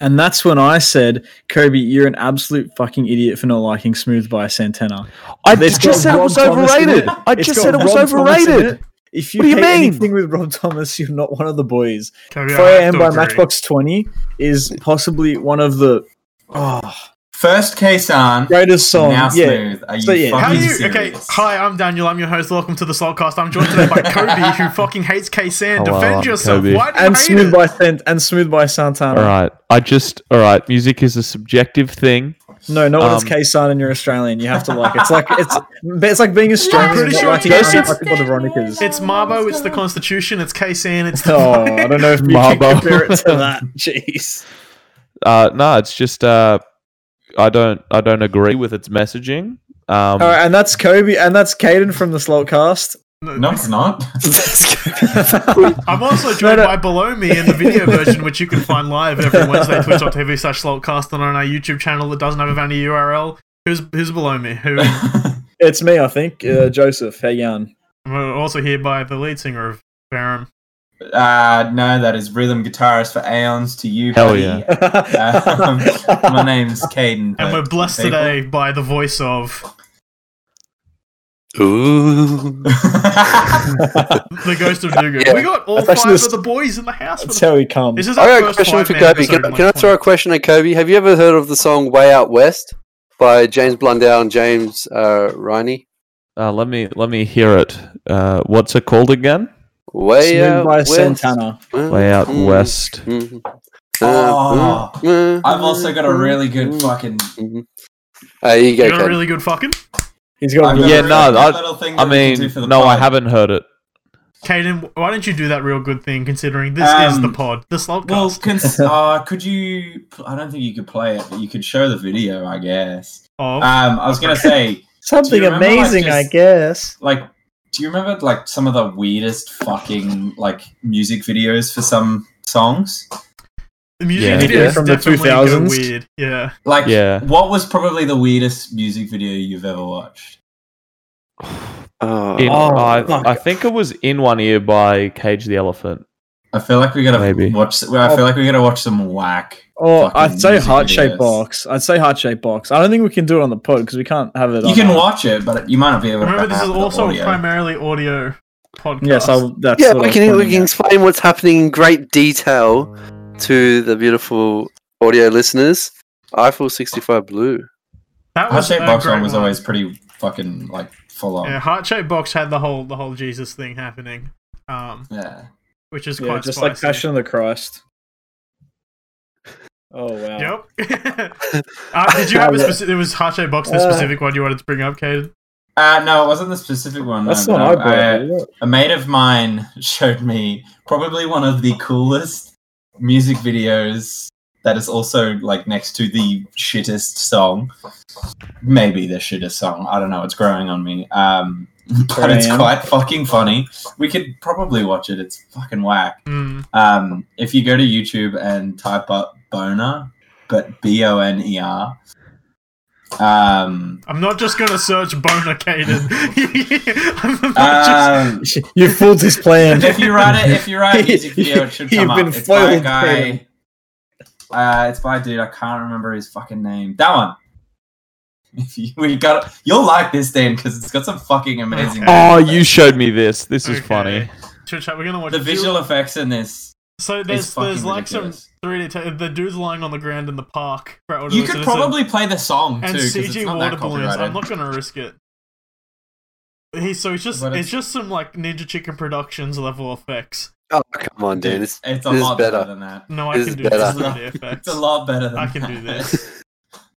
And that's when I said, Kobe, you're an absolute fucking idiot for not liking Smooth by Santana. I It's got just said it Rob was Thomas in overrated. it. I It's just got said it was Rob Thomas in it. overrated. If you What do you hate mean? anything with Rob Thomas, you're not one of the boys. Kobe, I Fire have Am to by agree. Matchbox 20 is possibly one of the oh, First case on. greatest now songs. Yeah. smooth. Are you So, yeah. fucking How do you? serious? Okay, hi, I'm Daniel. I'm your host. Welcome to the Slotcast. I'm joined today by Kobe, who fucking hates K San. Hello, Defend I'm yourself. Kobe. Why do you And hate Smooth it? by Sant- and Smooth by Santana. All right. I just all right. Music is a subjective thing. No, not when it's Um, K-San and you're Australian. You have to like it's like it's it's like being Australian. pretty and not sure liking K-San- anything like the Veronicas. It's Marbo. It's the Constitution. It's K San. It's the. Oh, I don't know if you Marbo. can compare it to that. Jeez. Uh no, it's just uh I don't I don't agree with its messaging. Um All right, and that's Kobe, and that's Caden from the Slotcast. No, it's not. I'm also joined no. by Below Me in the video version, which you can find live every Wednesday twitch.tv slash slotcast and on our YouTube channel that doesn't have any URL. Who's who's below me? Who it's me, I think. Uh, Joseph, hey Jan. we're also here by the lead singer of Barum. Uh, no, that is rhythm guitarist for aeons to you. Hell buddy. yeah. Um, my name's Caden. And but we're blessed people- today by the voice of Ooh. Uh, the ghost of Dugu. Yeah. We got all That's five actually of the- the boys in the house. That's For the- how he comes. this is our I got a first question for five-man Kobe. Can, episode in can I like throw a question at Kobe? Have you ever heard of the song Way Out West by James Blundell and James uh, Riney? Uh, let me let me hear it. Uh what's it called again? Way Smooth Out by West. Mm-hmm. Santana. Way out west. Uh, Oh, mm-hmm. I've also got a really good fucking. There Uh, you You go, got a Kobe. really good fucking He's got. I've a got a Yeah, really no, good I- little thing I that we can do mean for the no, I pod. haven't heard it. Caden, why don't you do that real good thing considering this is Um, the pod, the Well, slotcast? can, uh, could you? I don't think you could play it, but you could show the video, I guess. of Um, I was gonna say, Something Do you remember, like, amazing, just- I guess. like, do you remember like some of the weirdest fucking like music videos for some songs? the music yeah. video Yeah. is From the definitely go 2000s. weird. Yeah. Like, Yeah. what was probably the weirdest music video you've ever watched? Oh. In, Oh, fuck. I, I think it was in one ear by Cage the Elephant. I feel like we gotta Maybe. watch. well, I feel like we gotta watch some whack. Or fucking I'd say music heart shaped videos. box. I'd say heart shaped box. I don't think we can do it on the pod because we can't have it. You on can our- watch it, but you might not be able. Remember, to this is have the also audio. primarily audio podcast. Yes, I'll, that's Yeah, what I we was can, we pointing can at. explain what's happening in great detail to the beautiful audio listeners. Eiffel 65 Blue. that Heart was shaped a box great one was one. always pretty fucking like full on. Yeah, heart shaped box had the whole the whole Jesus thing happening, um, Yeah. which is Yeah, quite just spicy. like Passion of the Christ. Oh wow! Yep. uh, did you have a specific? It was heart shaped box. The Uh. specific one you wanted to bring up, Caden. Uh, no, it wasn't the specific one. That's no, not no. I brought. I- was it? a mate of mine showed me probably one of the coolest music videos that is also like next to the shittest song. Maybe the shittest song. I don't know. It's growing on me. Um, but it's Graham. quite fucking funny. We could probably watch it. It's fucking whack. Mm. Um, if you go to YouTube and type up boner, but B O N E R. Um, I'm not just gonna search boner, Caden. I'm not just. um, You fooled his plan. if you write it, if you write a music video, it should You've come up. been It's by a foiled, guy. Uh, it's by a dude. I can't remember his fucking name. That one. If you, we got, you'll like this Dan because it's got some fucking amazing. Oh, you showed me this. This is Okay. funny. Chit chat, We're gonna watch The visual effects in this So is there's fucking there's like some ridiculous. 3D. T- the dude's lying on the ground in the park. for our You listeners, could and- probably play the song too and 'cause CG it's not water that balloons. I'm copyrighted. not gonna risk it. He's so it's just But it's, it's- just some like Ninja Chicken Productions level effects. Oh, come on, dude. It's, it's a this is lot better. better. than that. No, I This can is do this better. with the effects. It's a lot better than I can that. do this.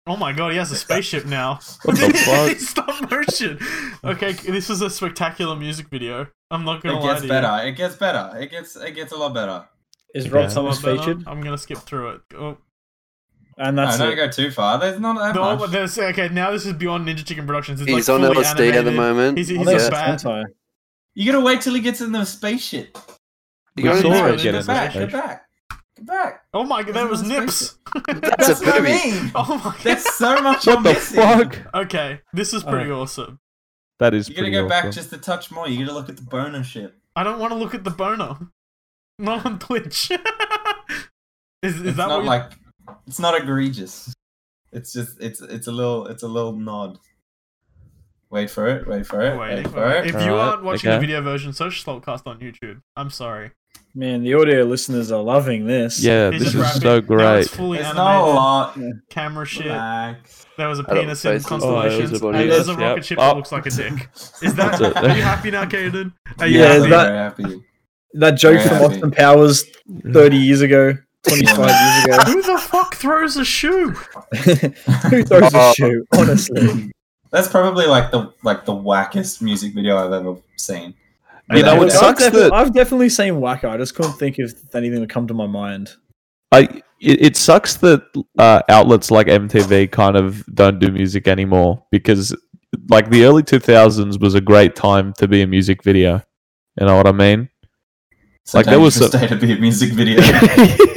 Oh my god, he has a spaceship now. What the fuck? Stop motion. Okay, this is a spectacular music video. I'm not gonna It lie gets to better. It gets better. It gets it gets a lot better. Is Rob Yeah. you. A lot Thomas better. featured? I'm gonna skip through it. Oh, And that's no, don't it. go too far. There's not that no, much. there's, okay, now this is beyond Ninja Chicken Productions. It's he's like on fully LSD at the animated. moment. He's, I he's think a it's bat. hentai. You gotta wait till he gets in the spaceship. We You got saw it it. Go get Get in back, the get page. back, get back. Oh my god, that was Isn't that nips. That's a what I baby. mean. Oh my god. There's so What much you're the missing. fuck? Okay, this is pretty awesome. That is You gotta pretty go back awesome. just a touch more. You gotta look at the boner shit. I don't want to look at the boner. Not on Twitch. Is, is it's that not what you- like it's not egregious. It's just it's it's a little it's a little nod. Wait for it. Wait for it. Wait waiting for it. If you Alright, aren't watching the okay. video version, search Slotcast on YouTube. I'm sorry. Man, the audio listeners are loving this. Yeah, He's this just is rapping. so Now it's great. fully It's not a animated. lot. Camera shit. Relax. There was a I don't penis in face it. Oh, it Constellations. was a and there's a penis, rocket yep. ship that Oh. looks like a dick. Is that? That's it. Are you happy now, Caden? Are you Yeah, I'm is happy? that- very happy. That joke Yeah, from I mean- Austin Powers 30 years ago, 25 years ago. Who the fuck throws a shoe? Who throws a shoe? Honestly, That's probably like the like the wackest music video I've ever seen. You know Without what a doubt. sucks I've, defi- that- I've definitely seen whacker. I just couldn't think of anything that come to my mind. I it, it sucks that uh, outlets like MTV kind of don't do music anymore because like the early 2000s was a great time to be a music video. You know what I mean? Like, there was Sometimes you just stay to be a music video.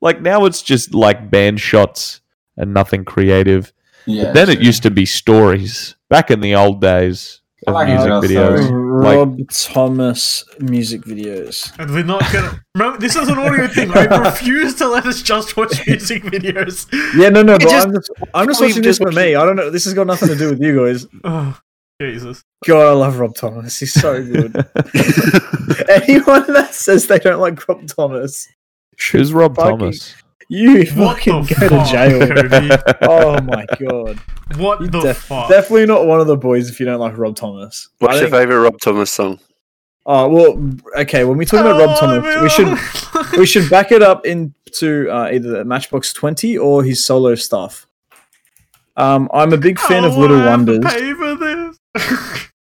like now it's just like band shots and nothing creative. yeah, but then it sure. used to be stories back in the old days I of like music how that's videos. so- Rob Thomas music videos. And we're not gonna. Remember, this is an audio thing. I refuse to let us just watch music videos. Yeah, no, no, It but just- I'm just, I'm just we've watching this just for me. I don't know. This has got nothing to do with you guys. Oh, Jesus. God, I love Rob Thomas. He's so good. Anyone that says they don't like Rob Thomas, Who's Rob Fucking- Thomas? you What fucking the go fuck, to jail. Kirby? Oh my god! What You the def- fuck? Definitely not one of the boys if you don't like Rob Thomas. I What's your think- favorite Rob Thomas song? Oh well, okay. When we talk about Oh, Rob Thomas, we should we should back it up into uh, either the Matchbox Twenty or his solo stuff. Um, I'm a big fan Oh, of Little Wonders. Pay for this.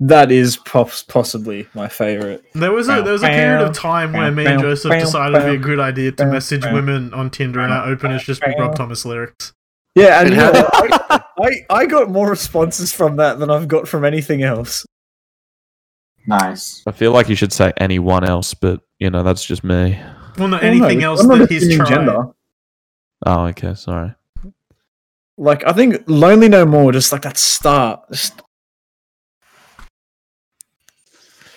That is pos- possibly my favorite. There was a there was a period of time where me and Joseph decided it'd be a good idea to message women on Tinder, and our openers just be Rob Thomas lyrics. Yeah, and It you know, had- what? I, I I got more responses from that than I've got from anything else. nice. I feel like you should say anyone else, but you know that's just me. Well, not I don't know, anything else I'm not that he's assuming tried. Oh, okay, sorry. Like I think "Lonely No More," just like that start. Just...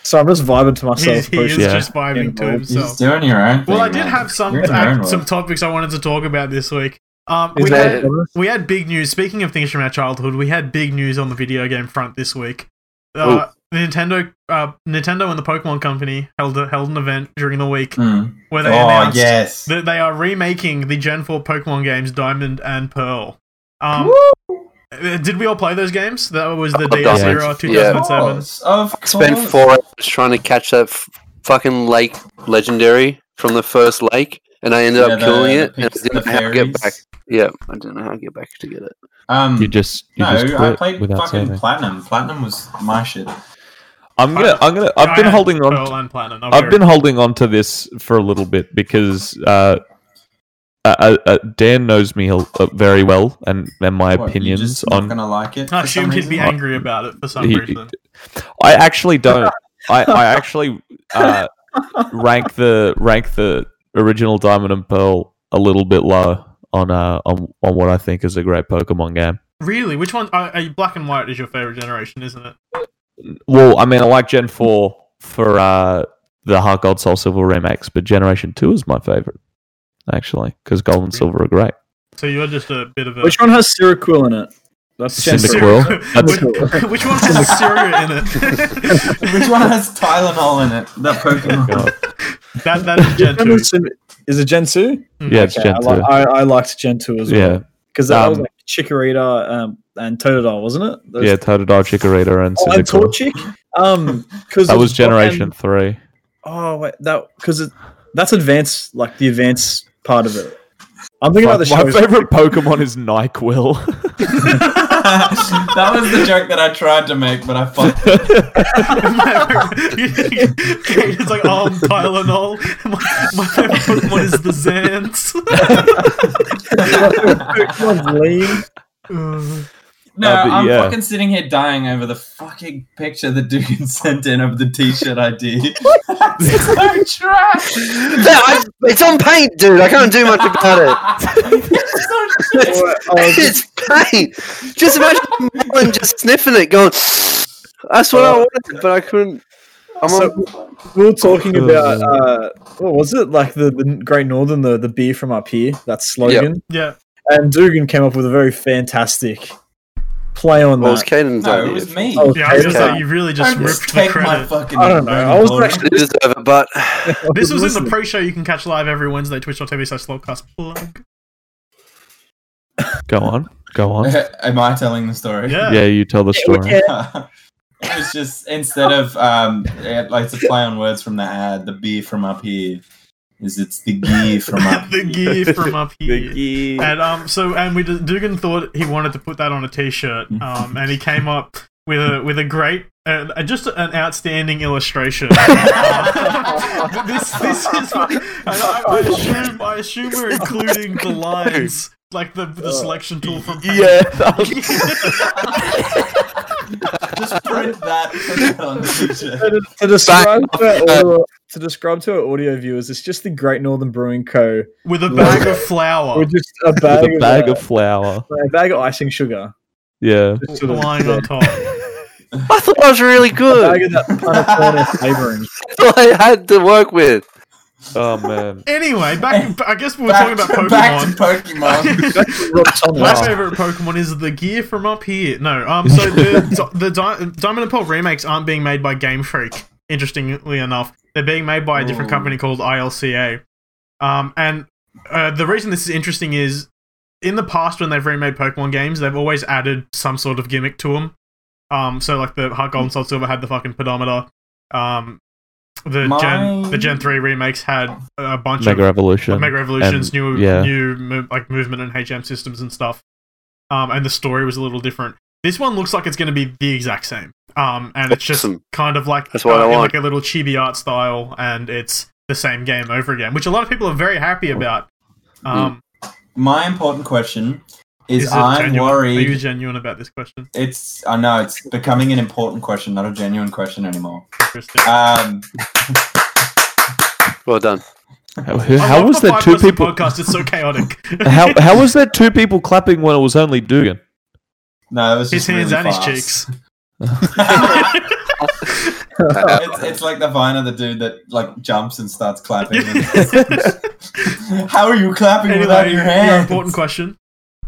So I'm just vibing to myself. He's, he is appreciate Yeah. just vibing Yeah. to You're himself. just doing your own. Thing, Well, I did man. have some You're in your own uh, world. some topics I wanted to talk about this week. Um, it. we Is that- had Rob Thomas? we had big news. Speaking of things from our childhood, we had big news on the video game front this week. Uh, Nintendo, uh, Nintendo, and the Pokemon Company held a, held an event during the week Mm. where they Oh announced yes. that they are remaking the Gen 4 Pokemon games Diamond and Pearl. Um, uh, did we all play those games? That was the I've DS done it. era, Yeah. Of 2007. course, Of course. Spent four hours trying to catch that f- fucking lake legendary from the first lake, and I ended Yeah, up killing the- the it, and I pics- didn't the know how to get fairies. back. Yeah, I didn't know how to get back to get it. Um, You just you no, just I quit played without fucking saving. platinum. Platinum was my shit. I'm gonna I'm gonna I I've been had holding on. Pearl and Platinum. I'll I've be been holding on to this for a little bit because uh, uh, uh, uh, Dan knows me he'll- uh, very well and, and my What, you opinions just on. Not gonna like it. I for some assumed he'd be reason? angry about it for some He- reason. I actually don't. I, I actually uh, rank the rank the original Diamond and Pearl a little bit low on uh on, on what I think is a great Pokemon game. Really? Which one? Are, are you black and white is your favorite generation, isn't it? Well, I mean, I like Gen four for uh, the Heart Gold Soul Silver remakes, but Generation two is my favorite actually because Gold and Silver are great. So you're just a bit of a. Which one has Cyril in it? That's Gen Cyndaquil. three. Quill? Which, which one has Syria in it? Which one has Tylenol in it? That Pokemon. God. that, that is Mm. Gen 2. Is it Gen 2? Yeah, it's Gen I, two. li- I, I liked Gen 2 as well. Yeah, Because that was Um, like Chikorita um, and Totodile, wasn't it? Those- yeah, Totodile, Chikorita, and Oh, and Cyndaquil. Torchic? Um, cause That it's was Generation fucking- Three. oh, wait. that Because that's advanced, like the advanced part of it. I'm thinking My, about the my show. favorite Pokemon is Nyquil. that was the joke that I tried to make, but I fucked. it. it's like, oh, Tylenol. My, my favorite Pokemon is the Zans. Pokemon's lean. No, Uh, but I'm yeah. fucking sitting here dying over the fucking picture that Dugan sent in of the T-shirt ID. That's so trash. That- I- it's on paint, dude. I can't do much about it. It's so shit. Oh, oh, it's paint. Just imagine Melon just sniffing it, going. That's what I wanted, but I couldn't. I'm So- on, We were talking about uh, what was it like the, the Great Northern, the, the beer from up here, that slogan. Yeah. And Dugan came up with a very fantastic play on well, it's that. Caden's No, idea. it was me. Oh, Yeah, I was Okay. just like, you really just Don't ripped the take my credit. fucking I don't know, own I was glory. actually- You deserve it, but This was in the Listening. pre-show you can catch live every Wednesday, twitch.tv slash slowcast plug. Go on. Go on. Am I telling the story? Yeah. Yeah, you tell the story. it was just instead of um, it- like to play on words from the ad, the beer from up here is it's the gear from up. the here. gear from up here. Biggie. And um, so and we just, Dugan thought he wanted to put that on a t-shirt. Um, and he came up with a with a great, uh, uh, just an outstanding illustration. But this this is what and I, I assume I assume we're including the lines like the the selection tool from Yeah. that was- Just print that. Put that on the t-shirt. To, to describe to our, audio- to describe to our audio viewers, it's just the Great Northern Brewing Co. with a bag of flour with just a With bag, a bag uh, of flour. a bag of icing sugar. Yeah. Just sort of- lying on top. I thought I was really a bag good. of that panettone flavoring. I had to work with. Oh man. Anyway, back I guess we were talking Back, about to, back to Pokemon. Pokemon. Rob Thomas. My favorite Pokemon is the gear from up here. No, um, so the the Di- Diamond and Pearl remakes aren't being made by Game Freak. Interestingly enough, they're being made by a different Oh. company called ILCA. Um, and uh, the reason this is interesting is in the past when they've remade Pokemon games, they've always added some sort of gimmick to them. Um, so like the Heart Gold and Soul Silver had the fucking pedometer. Um, the Gen Mine- the the Gen three remakes had a bunch of Mega Evolution. Mega Revolutions, and- new yeah. new mo- like movement and HM systems and stuff. Um, and the story was a little different. This one looks like it's going to be the exact same. Um, and it's just Awesome. kind of like uh, That's what I in want. like a little chibi art style, and it's the same game over again, which a lot of people are very happy about. Hmm. Um, My important question is, it I'm genuine? Are worried. you genuine about this question, it's I know it's becoming an important question, not a genuine question anymore. Christian? Um, Well done. How, who- I how love was the there two five-person people? Podcast. It's so chaotic. How how was there two people clapping when it was only Dugan? no, it was his just hands and really his fast. cheeks. it's, it's like the vine of the dude that like jumps and starts clapping. How are you clapping without anyway, your your hands? important question.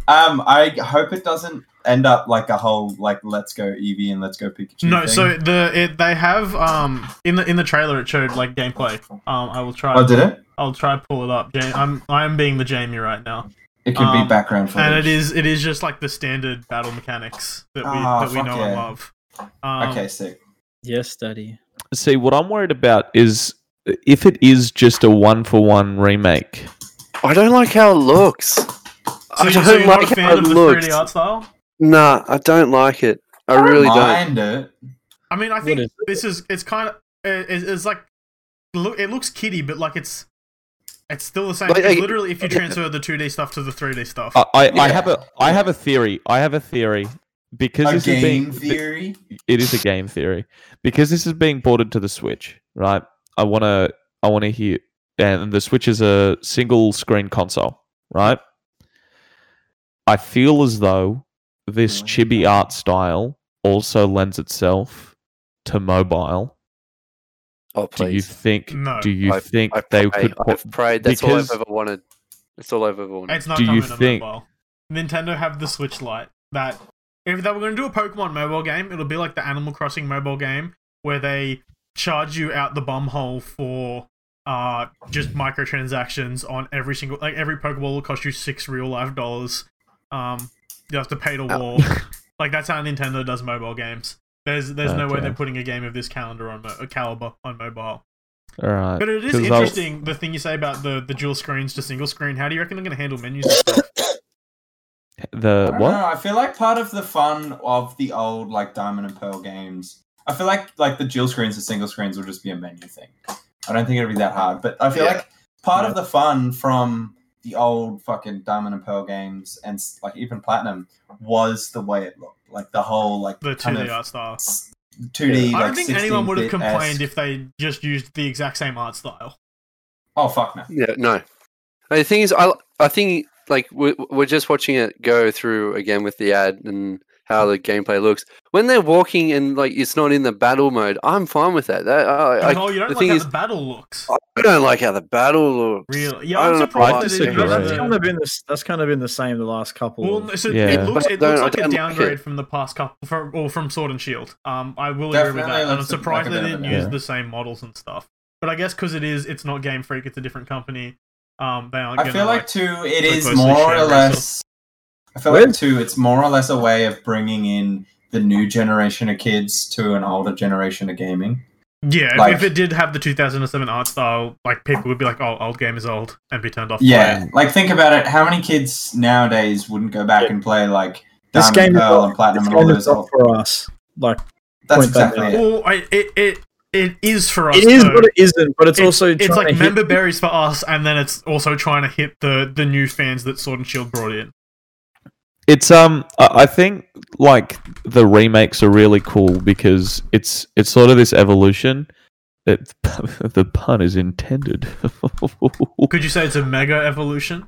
Um, I hope it doesn't end up like a whole like let's go Eevee and let's go Pikachu. No, thing. so the it, they have um in the in the trailer it showed like gameplay. Um, I will try. oh, did it? I'll try to pull it up. Ja- I'm I am being the Jamie right now, It could Um, be background footage. and it is it is just like the standard battle mechanics that we Ah, that we fuck know and yeah. love. Um, okay, sick. Yes, Daddy. See, what I'm worried about is uh, if it is just a one for one remake. I don't like how it looks. So, I you- don't so you're not a like fan how of it the looks. 3D art style? Nah, I don't like it. I really don't. mind it. I mean, I think is this is it's kind of it, it- it's like look it looks kitty, but like it's it's still the same. Like, It's I- literally, if you transfer the 2D stuff to the 3D stuff, I, I, I Yeah. have a I have a theory. I have a theory because A this is game being theory. it is a game theory because this is being ported to the Switch, right? I want to I want to hear and the Switch is a single screen console, right? I feel as though this chibi art style also lends itself to mobile. Oh Do you please. think No. do you think I've they prayed. could po- I've prayed. That's all I've because- ever wanted. That's all I've ever wanted. It's not Do coming you to think- mobile. Nintendo have the Switch Lite that if they were going to do a Pokemon mobile game, it'll be like the Animal Crossing mobile game where they charge you out the bum hole for uh just microtransactions on every single like every Pokeball will cost you six real life dollars. Um, you have to pay to Oh. Ow. walk. like that's how Nintendo does mobile games. There's there's no way Okay. they're putting a game of this calendar on mo- a caliber on mobile. All right. But it is Uh, 'cause I'll- interesting the thing you say about the the dual screens to single screen. How do you reckon they're going to handle menus? and stuff? The Uh, I don't what? know. I feel like part of the fun of the old like Diamond and Pearl games. I feel like like the dual screens and single screens will just be a menu thing. I don't think it'll be that hard, but I feel Yeah. like part of the fun from the old fucking Diamond and Pearl games and s- like even Platinum was the way it looked, like the whole like the kind 2D of art style. s- 2D. I like, don't think anyone would have 16-bit-esque. complained if they just used the exact same art style. Oh fuck no! Yeah, no. The thing is, I I think like we're, we're just watching it go through again with the ad and how the gameplay looks. When they're walking and like it's not in the battle mode, I'm fine with that. That I, I, oh, you don't the like thing how is- the battle looks. I don't like how the battle looks. Really? Yeah, I I'm don't know. I surprised that it disagree. That's Yeah. kind didn't. of been the, that's kind of been the same the last couple. Well, of- no, so Yeah. it looks But it don't- looks I like a don't like downgrade it. from the past couple, from, or from Sword and Shield. Um, I will agree with Definitely that, and I'm looks surprised like a they bit of didn't a- use Yeah. the same models and stuff. But I guess because it is, it's not Game Freak; it's a different company. Um, they aren't. I gonna, feel like two, it look is closely more shared or or less. I feel Weird. like two, it's more or less a way of bringing in the new generation of kids to an older generation of gaming. yeah. like- if it did have the 2007 art style, like people would be like, "Oh, old game is old," and be turned off. by it. Yeah, like think about it. How many kids nowadays wouldn't go back and play like this Diamond game is Pearl not, and Platinum this and all game is those? not Old, for us. Like that's point that exactly out. it. Well, I, it it it is for us. it is, though. but it isn't. But it's, also it's trying like to hit- member berries for us, and then it's also trying to hit the the new fans that Sword and Shield brought in. It's um, I I think like the remakes are really cool because it's it's sort of this evolution. It, the pun is intended. Could you say it's a mega evolution?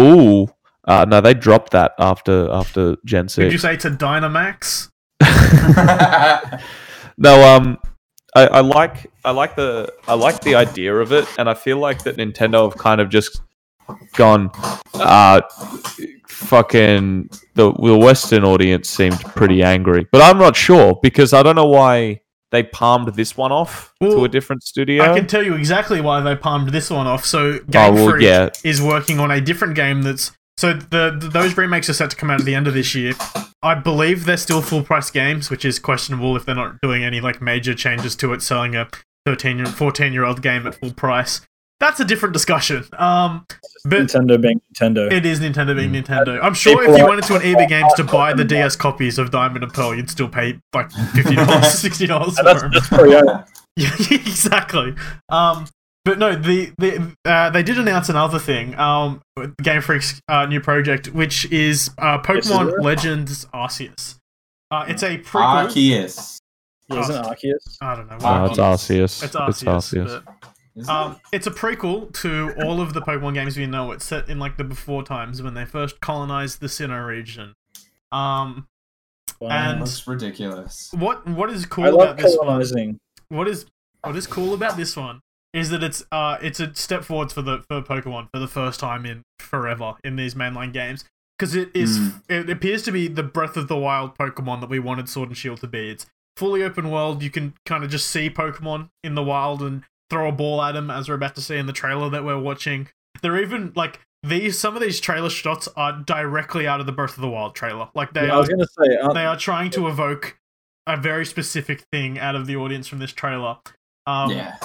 Ooh, uh, no, they dropped that after after Gen Could you six. say it's a Dynamax? no, um, I, I like I like the I like the idea of it, and I feel like that Nintendo have kind of just gone, uh, fucking the the Western audience seemed pretty angry, but I'm not sure because I don't know why they palmed this one off to Well, a different studio. I can tell you exactly why they palmed this one off. So oh Game well, Freak yeah, is working on a different game that's so the, the those remakes are set to come out at the end of this year. I believe they're still full price games, which is questionable if they're not doing any like major changes to it, selling a 13 year 14 year old game at full price. That's a different discussion. Um, but Nintendo being Nintendo. It is Nintendo being Nintendo. I'm sure People if you are- went into an eBay Games to buy the DS copies of Diamond and Pearl, you'd still pay like fifty dollars, sixty dollars for And that's, them. that's pretty open. Yeah, exactly. Um, but no, the the uh, they did announce another thing. Um, Game Freak's uh, new project, which is uh, Pokemon Yes, Legends Arceus. Uh, it's a prequel. Arceus. Yeah, isn't it Arceus? I don't know. Ah, no, Why it's Arceus. it's Arceus. It's Arceus. Arceus. but- Isn't Um, it? it's a prequel to all of the Pokemon games we know. It's set in like the before times when they first colonized the Sinnoh region. Um, That and- looks ridiculous. what what is cool I about love this one? colonizing. What is what is cool about this one is that it's uh it's a step forwards for the for Pokemon for the first time in forever in these mainline games because it is Hmm. it appears to be the Breath of the Wild Pokemon that we wanted Sword and Shield to be. It's fully open world. You can kind of just see Pokemon in the wild and throw a ball at them, as we're about to see in the trailer that we're watching. They're even like these. Some of these trailer shots are directly out of the Breath of the Wild trailer. Like they Yeah, I are was gonna say, Uh, uh, aren't- they are trying to evoke a very specific thing out of the audience from this trailer. Um, yeah.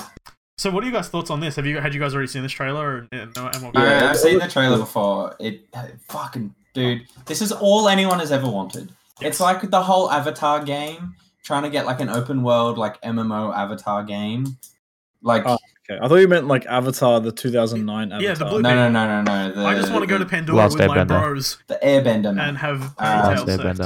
So, what are you guys' thoughts on this? Have you had you guys already seen this trailer? Or, uh, and, and what- I- Yeah. I've seen the trailer before. It fucking dude, this is all anyone has ever wanted. It's like the whole Avatar game, trying to get like an open world like MMO Avatar game. Like Oh, okay. I thought you meant like Avatar, the 2009 Avatar. Yeah, the blue- no, no, no, no, no. The, I just want to go to the, Pandora Last with my Airbender. bros the Airbender. and Man. have Ah, Uh, fairy Last tale sex.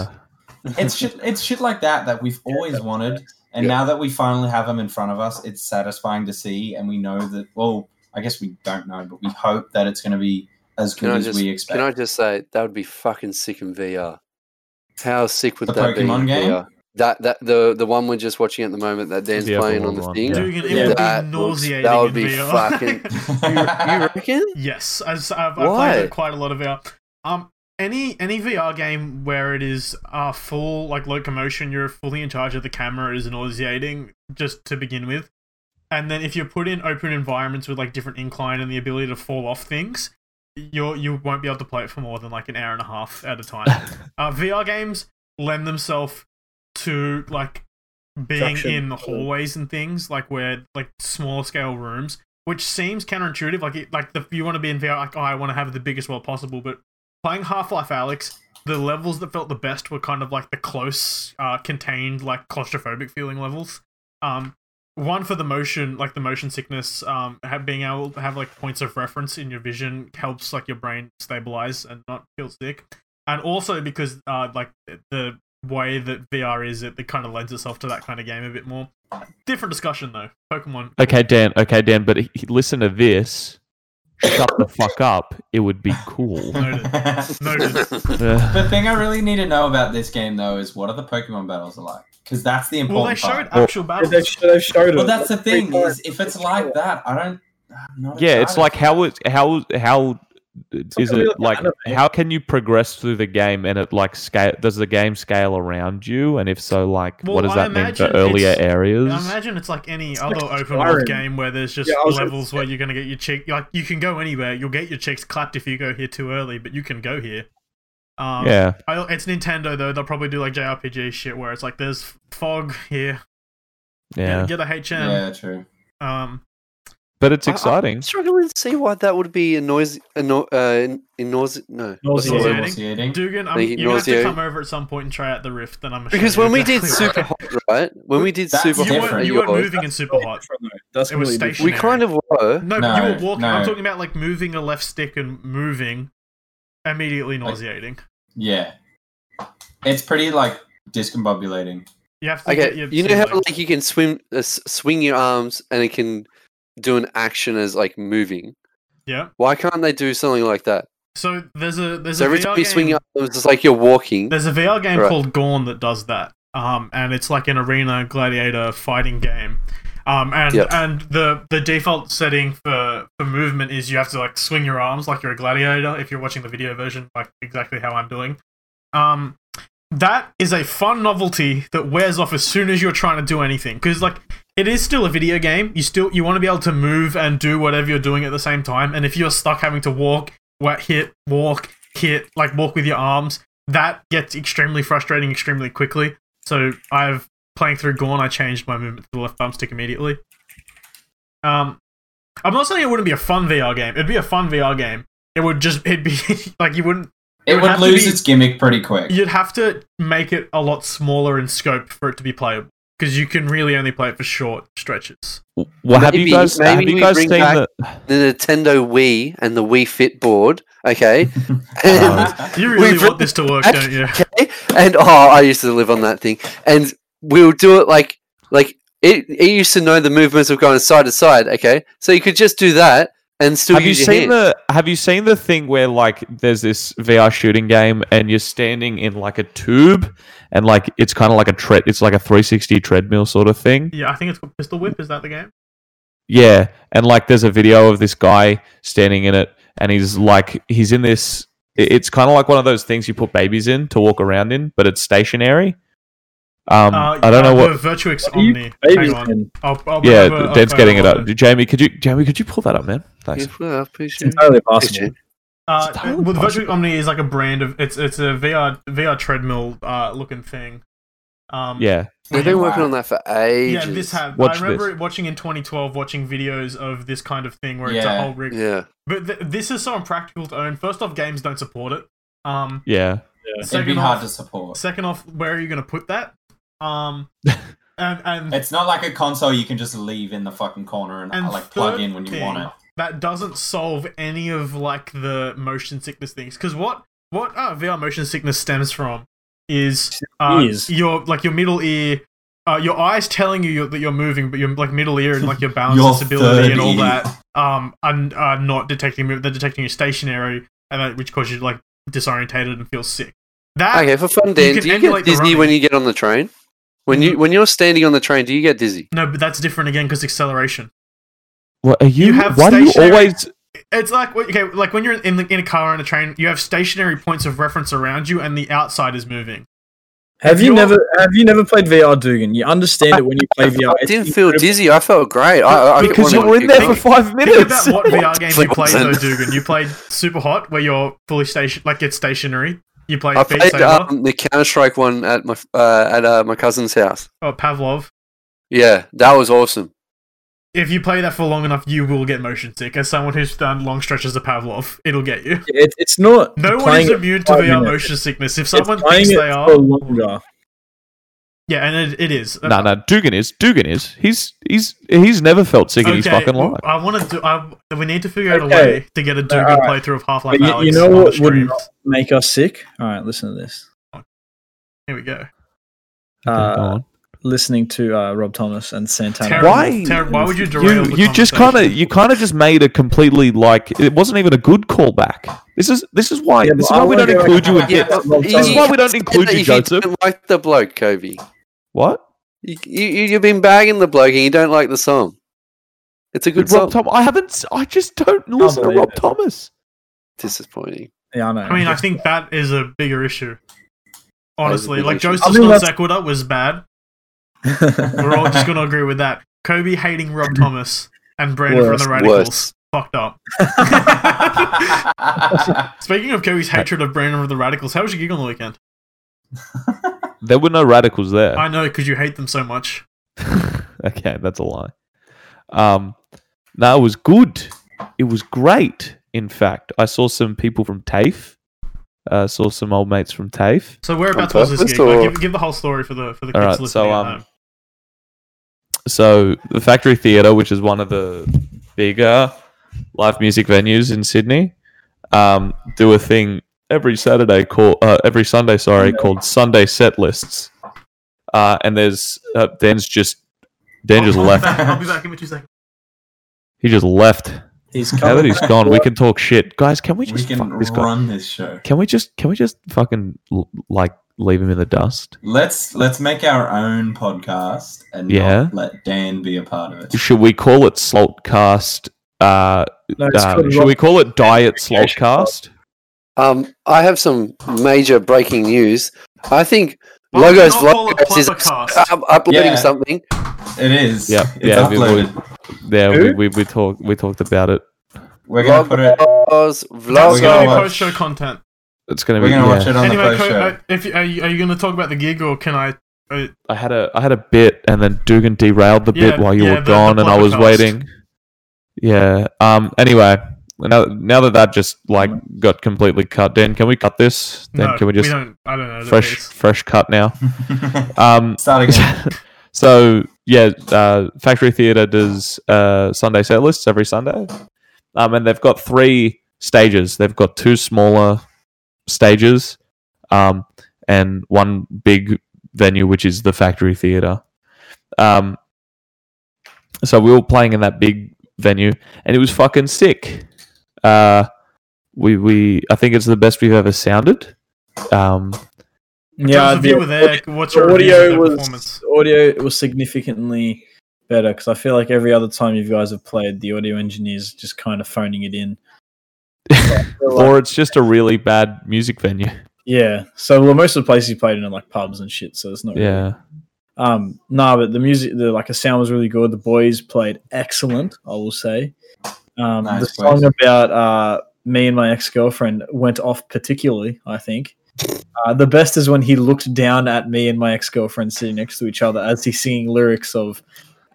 Airbender. it's shit. It's shit like that that we've always wanted, and Yeah. now that we finally have them in front of us, it's satisfying to see, and we know that. Well, I guess we don't know, but we hope that it's going to be as Can good I as just- we Can I expect. just say that would be fucking sick in VR? How sick would The that be? in Pokemon game? VR? That that the the one we're just watching at the moment that Dan's The playing Everworld on the one, thing. yeah. Doing it, Yeah. it would That be looks- nauseating. that would in be VR. fucking- You reckon? Yes, I've, I've, I've Why? played quite a lot of VR. Um, any any VR game where it is uh full like locomotion, you're fully in charge of the camera is nauseating just to begin with, and then if you're put in open environments with like different incline and the ability to fall off things, you're you won't be able to play it for more than like an hour and a half at a time. uh, VR games lend themselves to like being Traction. in the hallways and things like where like smaller scale rooms which seems counterintuitive. Like, it, like the, you want to be in VR, like, oh, I want to have the biggest world possible. But playing Half Life Alex, the levels that felt the best were kind of like the close, uh, contained, like claustrophobic feeling levels. Um, one for the motion, like the motion sickness, um, have, being able to have like points of reference in your vision helps like your brain stabilize and not feel sick. And also because uh, like the way that VR is, it, it kind of lends itself to that kind of game a bit more. Different discussion though. Pokemon Okay, Dan. Okay, Dan. But he, he- listen to this. shut the fuck up, it would be cool. Noted. Noted. Uh, The thing I really need to know about this game, though, is what are the Pokemon battles like? Because that's the Well, important they showed part. Well, actual They've, battles. they've showed it. Well, that's the Three thing times. is, if it's like that, I don't. I'm not yeah, it's excited. like how it how how is gonna be like it like an anime. how can you progress through the game and it like scale does the game scale around you and if so like Well, what does that I mean for imagine earlier it's- areas I imagine it's like any other like open world Skyrim. game where there's just Yeah, I was gonna levels where you're gonna get your cheek. Like you can go anywhere. You'll get your cheeks clapped if you go here too early, but you can go here. Um, yeah I, it's Nintendo though. They'll probably do like JRPG shit where it's like there's fog here. yeah Get, get a HM. Yeah, true. Um, but it's I- I- exciting I'm struggling to see why that would be a noise. A no, uh, in, in noise. No. Nauseating. It's Nauseating. nauseating. Dugan, I'm, Like, you're gonna have to nausea. come over at some point and try out the rift. Then I'm Because sure when you're we did exactly Super right. Hot, right? When we did That's Super you Hot, weren't, different. you weren't yours, moving in Super Hot. Different, though. That's It was completely stationary. different. we kind of were. No, but you were No, walking. no. I'm talking about like moving a left stick and moving. Immediately nauseating. Yeah, it's pretty like discombobulating. You have to get Okay, your you know how like, like you can swim, uh, s- swing your arms, and it can do an action as like moving. yeah. Why can't they do something like that? So there's a there's a So every VR time you swing game, your arms, it's like you're walking. there's a VR game Right. called Gorn that does that. Um, and it's like an arena gladiator fighting game. Um, and Yep. and the the default setting for for movement is you have to like swing your arms like you're a gladiator if you're watching the video version, like exactly how I'm doing. Um, that is a fun novelty that wears off as soon as you're trying to do anything because like it is still a video game you still you want to be able to move and do whatever you're doing at the same time and if you're stuck having to walk wa- hit walk hit like walk with your arms that gets extremely frustrating extremely quickly so i've playing through gorn i changed my movement to the left thumbstick immediately um i'm not saying it wouldn't be a fun vr game it'd be a fun vr game it would just it'd be like you wouldn't It, would would have to lose be- its gimmick pretty quick. You'd have to make it a lot smaller in scope for it to be playable because you can really only play it for short stretches. well have Maybe- you guys have maybe you we guys bring seen back- the The Nintendo Wii and the Wii Fit board. Okay, and, You really We've want this to work, don't you? okay, and oh, I used to live on that thing, and we'll do it like like it. It used to know the movements of going side to side. Okay, so you could just do that and still have you use your seen hand. the have you seen the thing where like there's this VR shooting game and you're standing in like a tube and like it's kind of like a tread it's like a 360 treadmill sort of thing Yeah, I think it's called Pistol Whip. Is that the game? Yeah, and like there's a video of this guy standing in it, and he's like he's in this. it- It's kind of like one of those things you put babies in to walk around in, but it's stationary. Uh, Um, I don't know what. Virtuix Are you Omni. babies Hang on. in? I'll, I'll bring Yeah, over- I'll Dan's bring getting it over up. Jamie, could you? Jamie, could you pull that up, man? Thanks. Yeah, well, I appreciate It's it. entirely possible. Uh, It's well, entirely the Virtuix possible. Omni is like a brand of it's it's a VR VR treadmill uh, looking thing. Um, Yeah, They've been working on that for ages. Yeah, this have Watch I remember watching in 2012, watching videos of this kind of thing where it's a Yeah. whole rig. Yeah. But th- this is so impractical to own. First off, games don't support it. Um, yeah. It'd be second hard to off, support. second off, where are you going to put that? Um, and, and It's not like a console you can just leave in the fucking corner and, uh, And like plug in third when you thing- want it. that doesn't solve any of like the motion sickness things. Because what what uh, VR motion sickness stems from is uh, Ears. your like your middle ear, uh, your eyes telling you you're, that you're moving, but your like middle ear and like your balance Your disability and all third ear. that um are, are not detecting movement. They're detecting you stationary, and that, which causes you like disorientated and feel sick. That Ah, Okay, for fun, Dan, can do you emulate the get dizzy running. when you get on the train? When Mm-hmm. you when you're standing on the train, do you get dizzy? No, but that's different again because acceleration. What are you? You have why do you stationary- always? It's like okay, like when you're in the, in a car on a train, you have stationary points of reference around you, and the outside is moving. Have you You're- never have you never played VR, Dugan? You understand it when you play VR. I It's didn't feel incredible. dizzy. I felt great. I, I I Because wanted you to were in keep there for going. five Think minutes. about what VR games you played though, Wasn't. Dugan. You played Super Hot, where you're fully station, like it's stationary. You played I Beat played Saber um, the Counter Strike one at my uh, at uh, my cousin's house. or Pavlov. Yeah, that was awesome. If you play that for long enough, you will get motion sick. As someone who's done long stretches of Pavlov, it'll get you. It, it's not No one playing is it immune to five VR minutes. motion sickness. If It's someone playing thinks it they are, for longer. yeah, and it, it is. No, no. Dugan is. Dugan is. He's. He's. He's never felt sick in his fucking life. I want to do. I, we need to figure out a Okay. way to get a Dugan Alright. playthrough of Half Life But you- Alex. you know on the what would stream. not- Make us sick. All right, listen to this. Here we go. Okay, go Uh, on. listening to uh, Rob Thomas and Santana. Terrible. Why? Ter- why would you derail? You, the you just kind conversation? of you kind of just made a completely like it wasn't even a good callback. This is this is why Yeah, this is but I why we wanna don't go include back- you again. Yeah, Well, This is you- Oh, why we don't said include that you, if you Joseph. didn't like the bloke, Kobe. What? You, you, you've been bagging the bloke and you don't like the song. It's a good Rob song. Thomas. I haven't. s- I just don't listen to believe Rob it. Thomas. Disappointing. Yeah, I know. I mean, I think that is a bigger issue. Honestly, big like issue. I Joseph think Scott that's- Sequita was bad. We're all just gonna agree with that. Kobe hating Rob Thomas and Brandon from Worse, the Radicals worse. fucked up. Speaking of Kobe's hatred of Brandon from the Radicals, how was your gig on the weekend? There were no radicals there. I know because you hate them so much. okay, that's a lie. Um, no, it was good. It was great. In fact, I saw some people from TAFE. Uh, saw some old mates from TAFE. So whereabouts was this purpose, gig? Like, or- give, give the whole story for the for the kids All right, listening. so, at um, home. So the Factory Theatre, which is one of the bigger live music venues in Sydney, um, do a thing every Saturday called uh, every Sunday, sorry, called Sunday Set Lists. Uh, and there's uh, Dan's just Dan just I'll be left. back, I'll be back. Give me two seconds. He just left. He's Now that coming. he's gone, we can talk shit, guys. Can we We, just can fuck this guy? run this show. Can we just can we just fucking l- like leave him in the dust? Let's let's make our own podcast and not Yeah. let Dan be a part of it. Should we call it Saltcast? Uh, no, it's uh, called should Rob- we call it Diet Saltcast? Um, I have some major breaking news. I think Why would Logos you not call it Vloggers is Plumbercast? up- uploading Yeah. something. It is. Yeah, It's yeah, we- we- uploaded. Yeah, Who? we, we, we talked we talked about it. We, are gonna put it. Logos That's we gonna gotta be Vloggers. watch- post show content. It's gonna We're be. gonna yeah. watch it on Anyway, the post Co- show. uh, if you, are you, are you going to talk about the gig or can I? Uh, I had a I had a bit, and then Dugan derailed the Yeah, bit while you yeah, were the- the gone, and I was podcast. waiting. Yeah. Um. Anyway, now now that that just like got completely cut, Dan, can we cut this? Then no, can we just don't. I don't know. what it fresh is. fresh cut now? Um. Start again. so yeah, uh, Factory Theatre does uh, Sunday set lists every Sunday, um, and they've got three stages. They've got two smaller stages, um, and one big venue, which is the Factory Theatre. Um, so we were playing in that big venue, and it was fucking sick. Uh, we we I think it's the best we've ever sounded. Um, Joseph, yeah, you the, were there. What's your the reviews of audio their was performance? audio was significantly better because I feel like every other time you guys have played, the audio engineers just kind of phoning it in. or it's just a really bad music venue. Yeah. So well, most of the places you played in are like pubs and shit, so it's not. really- Yeah. Um. Nah, but the music, the like, the sound was really good. The boys played excellent. I will say. Um, Nice the boys. song about uh me and my ex girlfriend went off particularly. I think. Uh, the best is when he looked down at me and my ex girlfriend sitting next to each other as he's singing lyrics of.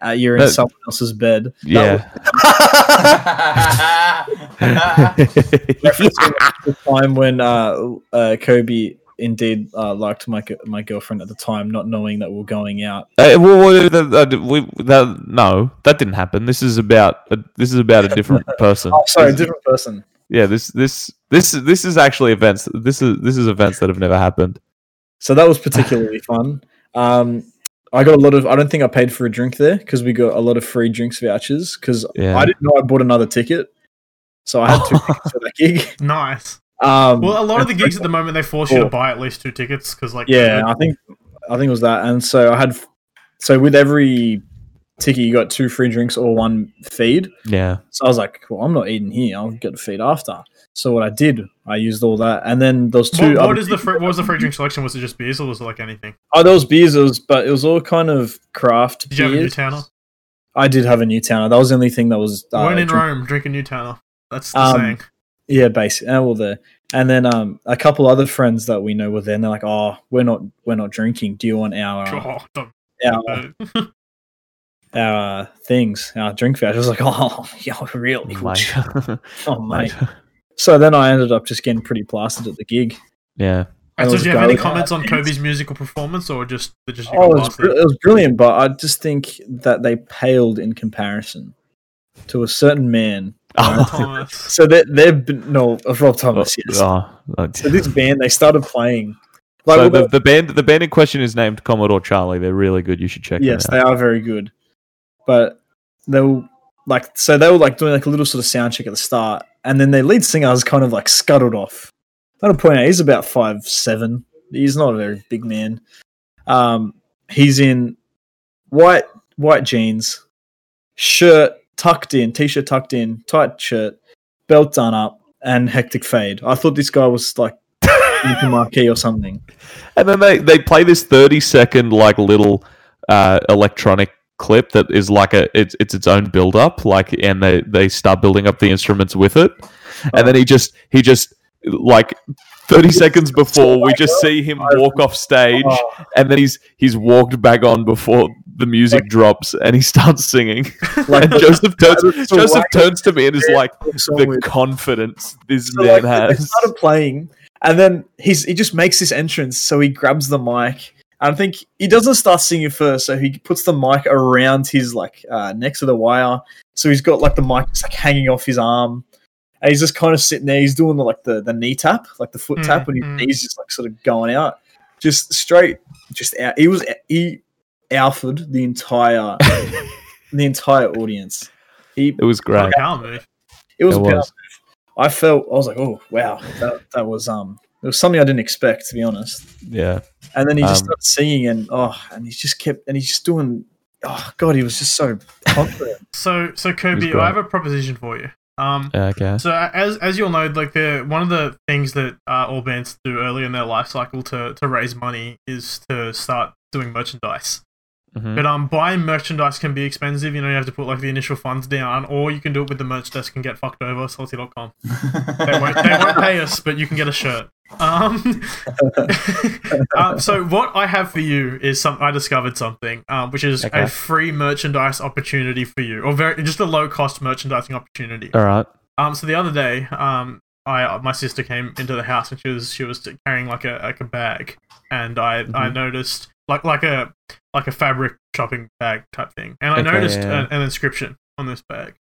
Uh, you're in That- someone else's bed. Yeah. The time when uh, uh, Kobe indeed uh, liked my g- my girlfriend at the time, not knowing that we were going out. Uh, well, well, that- that- we- that- no, that didn't happen. This is about a, this is about a different person. Oh, sorry, different person. Yeah, this this this this is actually events. This is this is events that have never happened. So that was particularly fun. Um, I got a lot of. I don't think I paid for a drink there because we got a lot of free drinks vouchers. Because Yeah. I didn't know I bought another ticket, so I had two tickets for that gig. Nice. Um, Well, a lot of the gigs at the moment they force you to Cool. buy at least two tickets because, like, yeah, I think I think it was that. And so I had. So with every ticket, you got two free drinks or one feed. yeah. So I was like, "Well, I'm not eating here. I'll get a feed after." So what I did, I used all that, and then those two. What, other what is the tickets- fr- what was the free drink selection? Was it just beers or was it like anything? Oh, there was beers, it was, but it was all kind of craft Did you have a beers. Newtowner? I did have a new towner. That was the only thing that was. Uh, When in drink- Rome, drink a Newtowner. That's the Um, saying. Yeah, basic. Uh, well, there. And then um, a couple other friends that we know were there, and they're like, "Oh, we're not, we're not drinking. Do you want our, uh, Oh, the- our, our uh, things, our drink voucher?" I was like, "Oh, yeah, really? Mate. Oh, mate." So then I ended up just getting pretty plastered at the gig. yeah. And so, it do you have any was- comments on Kobe's musical performance or just they just? Oh, it was, br- it was brilliant, but I just think that they paled in comparison to a certain man. Thomas. So that they're, no of Rob Thomas, yes. Oh, oh, So this band, they started playing. Like, so what the, about- the band the band in question is named Commodore Charlie. They're really good. You should check yes, them out. they are very good, but they were like so they were like doing like a little sort of sound check at the start, and then their lead singer is kind of like scuttled off. I gotta point out he's about five seven. He's not a very big man. Um, he's in white white jeans, shirt tucked in, t-shirt tucked in, tight shirt, belt done up, and hectic fade. I thought this guy was like Nicky Marquee or something. And then they, they play this 30 second like little uh, electronic clip that is like a it's it's its own build up like and they they start building up the instruments with it. And Uh-huh. then he just he just like 30 seconds before we just see him walk off stage Oh, and then he's he's walked back on before the music drops and he starts singing like and Joseph turns It's a Joseph wagon. turns to me and is like so the weird. confidence this So, man like, they has started playing, and then he's he just makes this entrance. So he grabs the mic. And I think he doesn't start singing first, so he puts the mic around his like uh, next to the wire. So he's got like the mic just like hanging off his arm, and he's just kind of sitting there. He's doing the, like the the knee tap, like the Mm, foot tap, and Mhm. his knees just like sort of going out, just straight, just out. He was he alphaed the entire the entire audience. He it was great Power move. it was, It a power was. move. I felt I was like, oh wow, that, that was um, it was something I didn't expect to be honest. yeah And then he just Um, started singing, and oh, and he's just kept, and he's just doing, oh god, he was just so confident. So, so Kirby, great. I have a proposition for you. Um, Okay. So as as you all know, like the one of the things that uh, all bands do early in their life cycle to to raise money is to start doing merchandise. Mm. Mm-hmm. But um, buying merchandise can be expensive. You know, you have to put like the initial funds down, or you can do it with the merch desk and get fucked over. Salty.com. They won't, they won't pay us, but you can get a shirt. Um, uh, so what I have for you is some. I discovered something, um, which is Okay. a free merchandise opportunity for you, or very just a low cost merchandising opportunity. All right. Um, so the other day, um, I my sister came into the house and she was she was carrying like a like a bag, and I Mm-hmm. I noticed like like a like a fabric shopping bag type thing, and I Okay, noticed yeah. an, an inscription on this bag,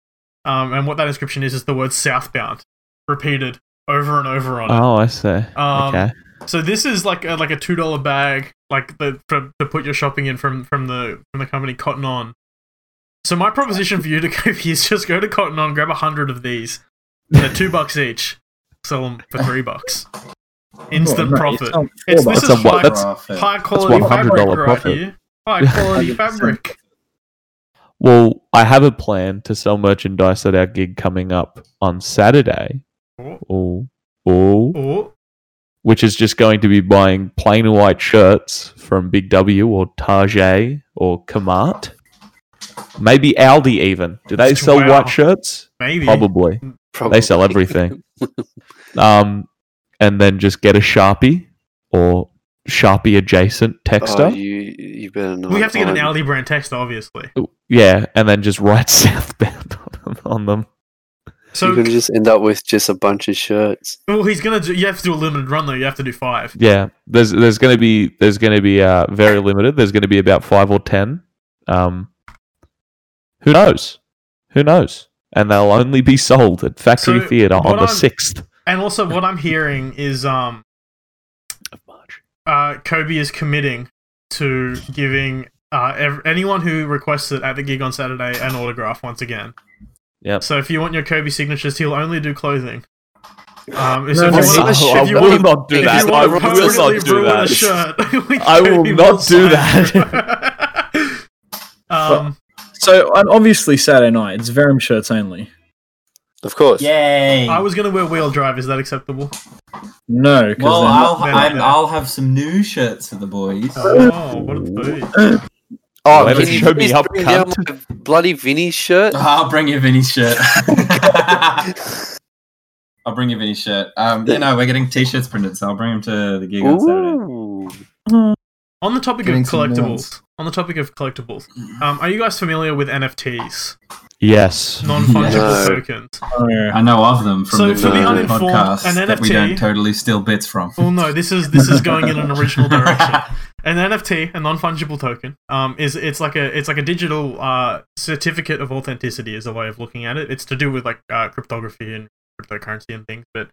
um, and what that inscription is is the word southbound, repeated over and over on it. Oh, I see. Um, okay. So this is like a, like a two dollar bag, like the for, to put your shopping in from from the from the company Cotton On. So my proposition for you to go is just go to Cotton On, grab a hundred of these, they're two bucks each, sell them for three bucks, Oh, instant mate, profit. it's not- It's- Well, that's- That's this a is what? like- That's Profit. High quality $100 fabric right profit. here. High quality 100%. fabric. well. I have a plan to sell merchandise at our gig coming up on Saturday. Oh, Oh, oh, oh, which is just going to be buying plain white shirts from Big W or Target or Kamart. Maybe Aldi even. Do they sell Wow. white shirts? maybe. Probably. Probably. They sell everything. um, and then just get a Sharpie or Sharpie adjacent texter. Oh, you, you better not. We have to get an I'm- Aldi brand text, obviously. Yeah, and then just write southbound on them. On them. You're So gonna just end up with just a bunch of shirts. well, he's gonna do. You have to do a limited run though. You have to do five. Yeah, there's there's gonna be there's gonna be uh very limited. There's gonna be about five or ten. Um, who knows? Who knows? And they'll only be sold at Factory So, Theatre what on the I'm- sixth And also, what I'm hearing is um of March. uh, Kobe is committing to giving uh, ev- anyone who requests it at the gig on Saturday an autograph once again. Yep. So if you want your Kobe signatures, he'll only do clothing. Um, so No, no, if you he- want, if I you will want- not do if that. you I want will to not permanently do ruin a that. shirt, only I will Kobe not do sign it. um, so and obviously Saturday night, it's Verum shirts only. Of course. Yay! I was gonna wear wheel drive. Is that acceptable? No, because well, I'll they're not I'm, there. I'll have some new shirts for the boys. Oh, what a boo. Oh, Why can don't you you show me please up, bring down my bloody Vinny shirt? I'll bring you Vinny's shirt. I'll bring you Vinny's shirt. Um, you know, we're getting t-shirts printed, so I'll bring them to the gig on Saturday. Ooh. On the topic of Getting some collectibles. nuance. On the topic of collectibles, um, are you guys familiar with NFTs, Yes. non-fungible No. tokens? I know of them from So the for the Virgin uninformed, podcast an that we NFT don't totally steal bits from. Well, no, this is this is going in an original direction. An NFT, a non fungible token, um, is it's like a it's like a digital uh, certificate of authenticity is a way of looking at it. It's to do with like uh, cryptography and cryptocurrency and things, but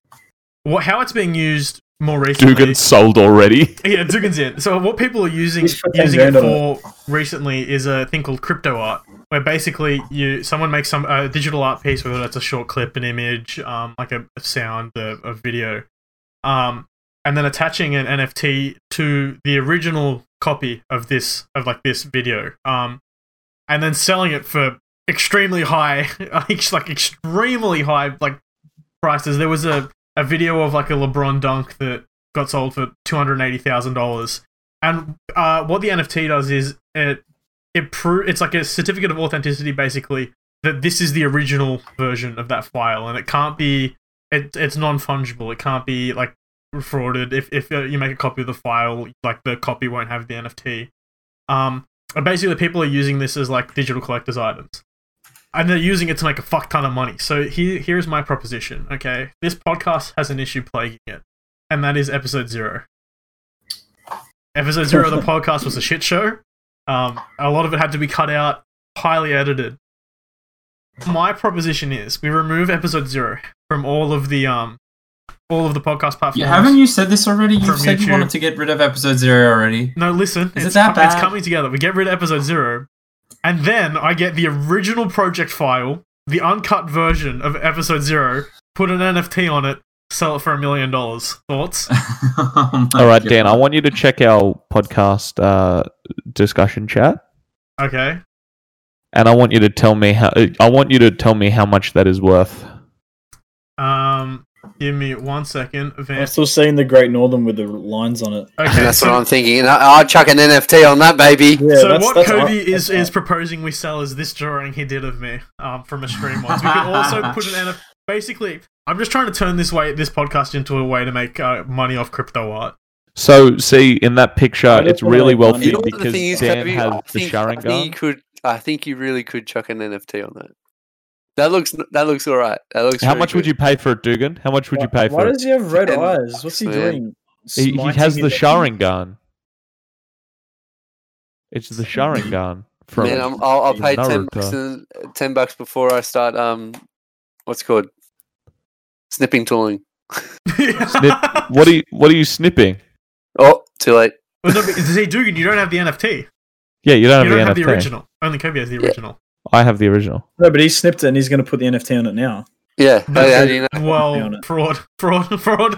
what, how it's being used more recently. Dugan's sold already. Yeah, Dugan's it. So what people are using Just put using it Dugan for recently is a thing called crypto art, where basically you someone makes some a digital art piece, whether that's a short clip, an image, um, like a, a sound, a, a video, um, and then attaching an NFT to the original copy of this of like this video, um, and then selling it for extremely high, like like extremely high like prices. There was a a video of like a LeBron dunk that got sold for two hundred eighty thousand dollars. And uh, what the NFT does is it it pro- it's like a certificate of authenticity, basically, that this is the original version of that file, and it can't be it, it's non fungible. It can't be like frauded. If if uh, you make a copy of the file, like the copy won't have the NFT. Um, and basically, people are using this as like digital collectors' items. And they're using it to make a fuck ton of money. So here, here's my proposition. Okay, this podcast has an issue plaguing it and that is episode zero. Episode zero of the podcast was a shit show. Um, a lot of it had to be cut out, highly edited. My proposition is we remove episode zero from all of the um, all of the podcast platforms. You, haven't you said this already? You From said you YouTube. wanted to get rid of episode zero already. No, listen, Is it it's, that com- it's bad? coming together. We get rid of episode zero, and then I get the original project file, the uncut version of episode zero, put an NFT on it, sell it for a million dollars. Thoughts? Oh my All right, God. Dan, I want you to check our podcast uh, discussion chat, Okay. and I want you to tell me how. I want you to tell me how much that is worth. Um, give me one second. Van- I'm still seeing the Great Northern with the lines on it. okay, And that's so, what I'm thinking. And I, I'll chuck an NFT on that baby. Yeah, so that's- what that's- Cody that's- is is proposing we sell is this drawing he did of me um, from a stream once. We could also put an NFT. Basically, I'm just trying to turn this way this podcast into a way to make uh, money off crypto art. So, see, in that picture, I just it's wanna really make well money. You fit know what the because thing is, Dan Kirby? has the I think, I think you Sharingan. could. I think you really could chuck an NFT on that. That looks. That looks all right. That looks. How really much would good. you pay for it, Dugan? How much would you pay Why for it? does he have red Ten eyes? What's he bucks, man. doing? He, he has the Sharingan. It's the Sharingan from. Man, I'm, I'll, I'll pay ten Naruto. bucks, and, ten bucks before I start. Um, what's it called snipping tooling. Snip- what are you? What are you snipping? Oh, too late. Well, no, but- see, Dugan, you don't have the NFT. Yeah, you don't you have, don't the, have the NFT. original. Only Kobe has the Yeah. original. I have the original. No, but he snipped it and he's going to put the NFT on it now. Yeah. Oh, That's yeah, it. you know. Well, on it. fraud, fraud, fraud.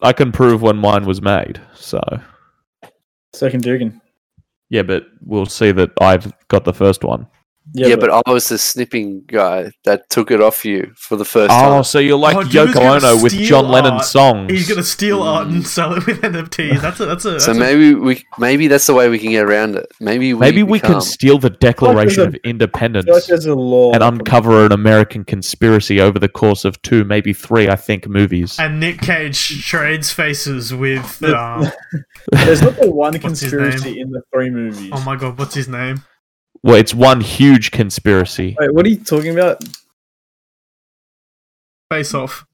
I can prove when mine was made. So Second Dugan. yeah, but we'll see that I've got the first one. Yeah, but, I was the snipping guy that took it off you for the first Oh, time. so you're like Oh, Jim Yoko is gonna Ono with steal John Lennon's art. songs. He's gonna steal art and sell it with NFTs. That's a that's a. That's So a- maybe we, maybe that's the way we can get around it. Maybe we Maybe we become- can steal the Declaration Like of there's I Independence feel like there's a law. and uncover an American conspiracy over the course of two, maybe three, I think, movies. and Nick Cage trades faces with. Um, There's not the one What's his conspiracy in the three movies. oh my god, what's his name? Well, it's one huge conspiracy. Wait, what are you talking about? Face Off.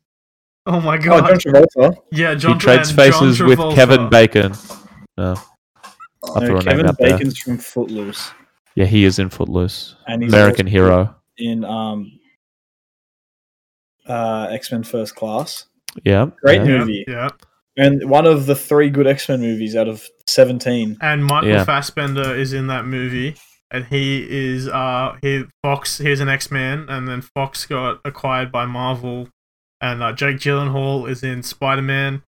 Oh my Oh, god. John Travolta. yeah, He John trades and faces John with Travolta. Kevin Bacon. No, No, I threw a name Uh, Kevin out there. Bacon's from Footloose, Yeah, he is in Footloose. and he's American also hero. in um, uh, X Men First Class. Yeah. Great yeah. news. Yeah, movie. yeah. And one of the three good X Men movies out of 17. And Michael Yeah. Fassbender is in that movie. And he is uh he Fox he's an X Man and then Fox got acquired by Marvel and uh, Jake Gyllenhaal is in Spider Man,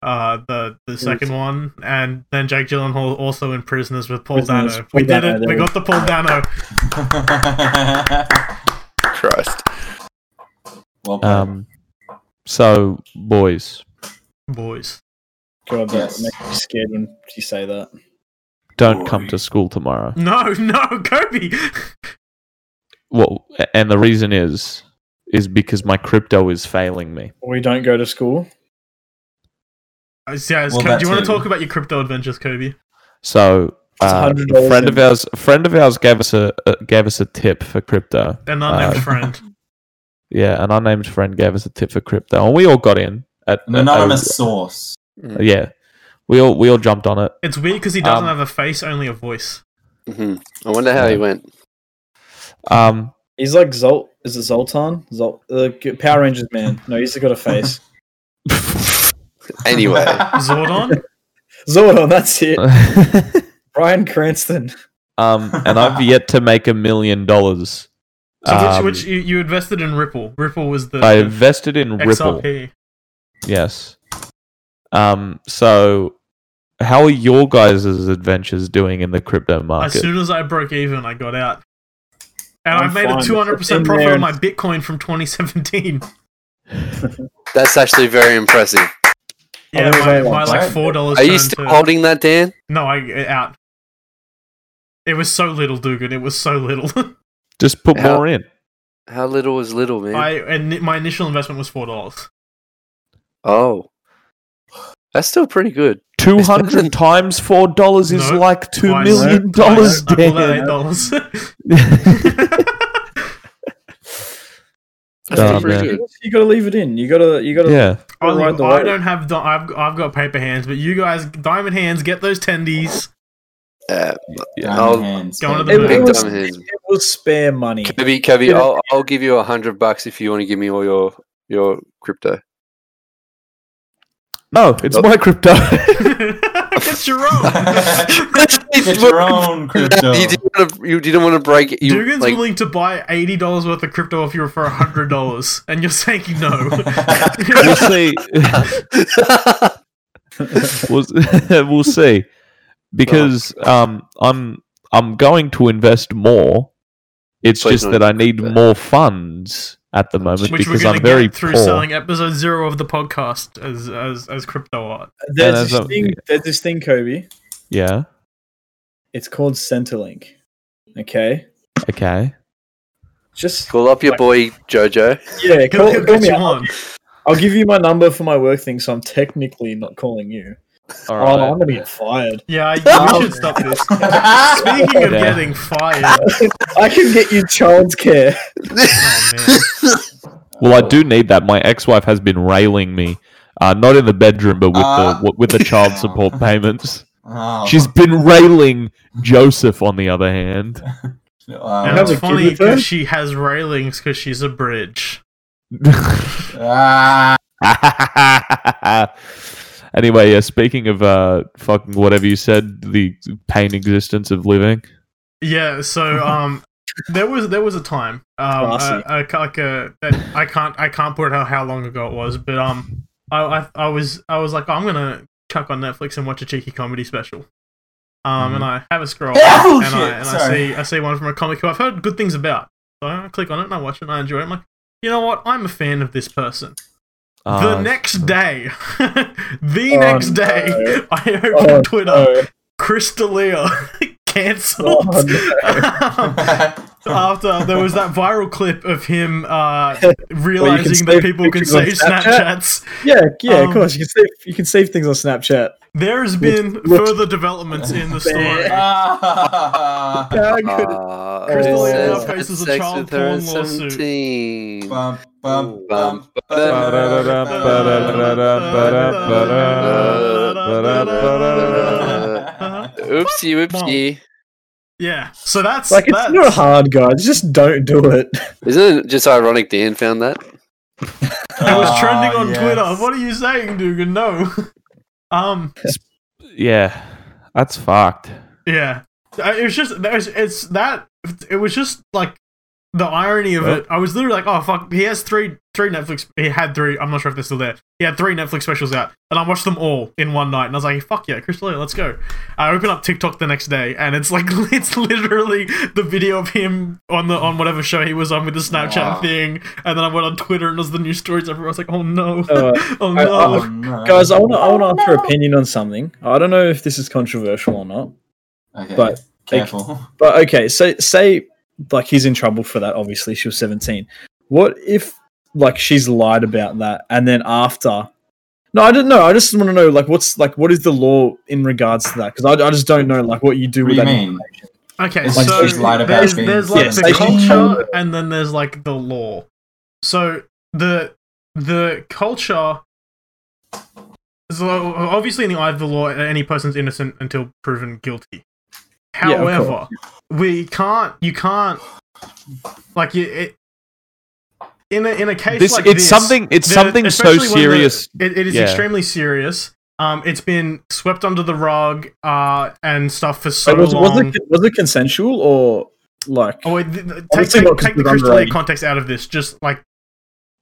uh the the second one, and then Jake Gyllenhaal also in Prisoners with Paul Prisoners, Dano. Paul We did Dano, it, we there. got the Paul Dano. Christ. well, um, Um, so, boys, Boys. God, that Yes. makes me scared when you say that. don't come to school tomorrow. No, no, Kobe Well, a- and the reason is, is because my crypto is failing me. We don't go to school. Uh, so, yeah, Well, Kobe, do you that want to too. talk about your crypto adventures, Kobe? So, uh, It's $100 a friend of in. ours, a friend of ours gave us a uh, gave us a tip for crypto. An unnamed Uh, friend. Yeah, an unnamed friend gave us a tip for crypto, and we all got in at an at- anonymous source. uh, yeah, we all we all jumped on it. It's weird because he doesn't Um, Mm-hmm. have a face, only a voice. hmm I wonder how he went. Um, He's like Zolt. Is it Zoltan? Zolt, uh, Power Rangers man. No, he's got a face. Anyway, Zordon? Zordon, that's it. Brian Cranston. um, and I've yet to make a million dollars. So Um, which, which you, you invested in Ripple. Ripple was the I invested in Ripple. XRP. Yes. Um. So, how are your guys' adventures doing in the crypto As market? soon as I broke even, I got out. And I'm I've made fine. a 200% In there profit on and- my Bitcoin from 2017. that's actually very impressive. Yeah, think my, it's my like- like four dollars. Are you still holding that, Dan? No, I uh, out. It was so little, Dugan. It was so little. Just put How- more in. How little is little, man? I and my initial investment was four dollars. oh, that's still pretty good. Two hundred times four dollars is No. like two Twice. million dollars. I pulled out Dan. eight dollars. That's Oh, still pretty man. good. You gotta leave it in. You gotta. You gotta. yeah. I, Ride look, the I wave. don't have. Di- I've I've got paper hands, but you guys, diamond hands, get those tendies. Uh, Diamond I'll- hands, Go on to the baby. moon. It, it, was, Dumb hands. it was spare money. Kobe, Kobe, Yeah. I'll, I'll give you a hundred bucks if you want to give me all your your crypto. No, it's my crypto. it's your own. Get your own crypto. You didn't want to. You didn't want to break. it. You Dugan's like, willing to buy eighty dollars worth of crypto off you for hundred dollars, and you're saying no. we'll see. we'll, we'll see. Because um, I'm I'm going to invest more. It's Please just don't that I need that. more funds at the moment Which we're because going I'm to very get through poor. selling episode zero of the podcast as as as crypto art. Yeah, There's this that's- thing. There's this thing, Kobe. Yeah. It's called Centrelink. Okay. Okay. Just call up your boy Jojo. yeah. He'll, Call, he'll call get me. you up. on. I'll give you my number for my work thing, so I'm technically not calling you. All Oh, right. I'm gonna get fired. Yeah, Oh. you should stop this. Speaking Speaking of Yeah. getting fired, I can get you childcare. oh man. Well, I do need that. My ex-wife has been railing me, uh, not in the bedroom, but with Ah. the with the child support payments. Oh, She's been railing Joseph. On the other hand, wow. And Have it's a kid funny with her? because she has railings because she's a bridge. Ah, anyway, yeah. Speaking of uh, fucking whatever you said, the pain existence of living. Yeah, so um, there was there was a time um, Classy. I, I, like a, that I can't I can't put out how long ago it was, but um, I I, I was I was like I'm gonna chuck on Netflix and watch a cheeky comedy special. Mm-hmm. Um, and I have a scroll Oh, and, I, shit, and I sorry. see I see one from a comic who I've heard good things about. So I click on it and I watch it and I enjoy it. I'm like, you know what? I'm a fan of this person. The Uh, next day, the Oh, next no. day, I opened Oh, Twitter. no. Chris D'Elia cancelled Oh, um, after there was that viral clip of him uh, realizing that save people can pictures on save Snapchat? Snapchats. Yeah, yeah, Um, of course. You can save you can save things on Snapchat. There has been Look- further developments in the story. Ah. Uh, Chris it D'Elia now says had faces a sex child with her porn at lawsuit. 17. Bum, bum, bum, Oopsie, oopsie. Yeah, so that's Like it's that's, not hard, guys. Just don't do it. Isn't it just ironic Dan found that? it was trending Ah, on yes. Twitter. What are you saying, Dugan? No. um, yeah, that's fucked. Yeah, I- it was just that was, it's that it was just like the irony of Well- it. I was literally like, oh fuck, he has three three Netflix. He had three. I'm not sure if they're still there. He had three Netflix specials out, and I watched them all in one night. And I was like, fuck yeah, Chris D'Elia, let's go. I open up TikTok the next day, and it's like it's literally the video of him on the on whatever show he was on with the Snapchat Wow. thing. And then I went on Twitter, and it was the news stories everywhere. I was like, oh no, Uh, oh I- no. I- guys, I want to I want to ask your opinion on something. I don't know if this is controversial or not, Okay, but careful. but okay. So say like he's in trouble for that. Obviously, she was seventeen. What if like she's lied about that, and then after? No, I don't know. I just want to know like what's like what is the law in regards to that? Because I, I just don't know like what you do What do with you that. mean? Okay, It's like so she's lied about there's, being- there's like Yes, the they- culture, and then there's like the law. So the the culture. So obviously, in the eye of the law, any person's innocent until proven guilty. Yeah, of However, we can't. You can't Like you, it, in a in a case This- like it's this, something- it's the- something so especially when the- serious. it, it is Yeah. extremely serious. Um, it's been swept under the rug, uh, and stuff for so Like, was, long. was it was it consensual or like? Oh, wait, th- th- take, Obviously take, not 'cause take the we're Crystal Lake underage. context out of this, just like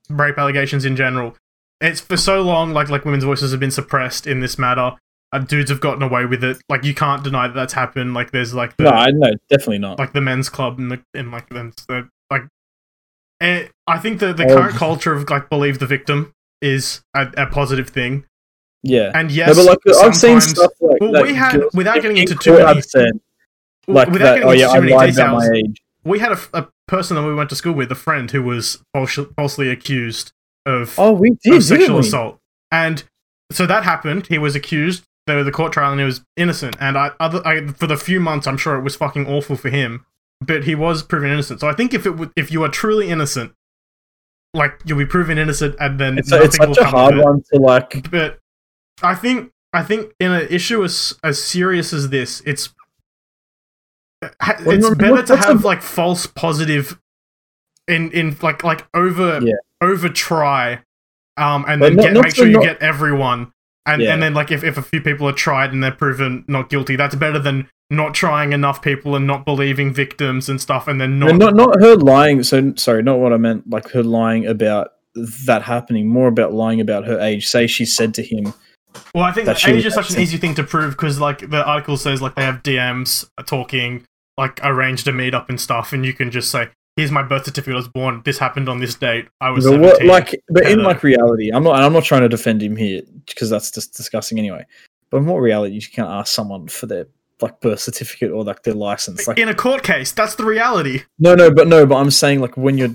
rape allegations in general. It's for so long, like like women's voices have been suppressed in this matter. Uh, dudes have gotten away with it. Like you can't deny that that's happened. Like there's like the no, I, no, definitely not. like the men's club and the and like them so, like. eh, I think the the Oh. current culture of like believe the victim is a, a positive thing. yeah, And No, yes, but like I've seen sometimes- stuff like Well, that we had- girls- without in- getting in into too court many- have said, like without that. getting Oh into yeah, too I many lied about details, my age. we had a, f- a person that we went to school with, a friend who was false- falsely accused of, Oh, we of did, sexual didn't we? assault, and so that happened. He was accused. There was the court trial, and he was innocent. And I, other, I, for the few months, I'm sure it was fucking awful for him, but he was proven innocent. So I think if it would, if you are truly innocent, like you'll be proven innocent, and then It's, nothing it's such will a come hard of it one to like. but I think I think in an issue as as serious as this, it's ha- Well, it's what- better to what's have the- like false positive in in like like over Yeah. over try, um, and But then not- get, not make so sure you not- get everyone, and Yeah. and then like if if a few people are tried and they're proven not guilty, that's better than not trying enough people and not believing victims and stuff, and then Not, not not her lying. So sorry, not what I meant. Like her lying about that happening. More about lying about her age. Say she said to him, Well, I think that that she age was is such an absent. easy thing to prove because, like, the article says, like, they have DMs talking, like, arranged a meetup and stuff, and you can just say, "Here's my birth certificate. I was born. This happened on this date. I was but 17. what, like, but in Yeah. like reality, I'm not. and I'm not trying to defend him here because that's just disgusting anyway. But in what reality, you can't ask someone for their like birth certificate or like their license. Like, in a court case, that's the reality. no, no, but no, but I'm saying like when you're,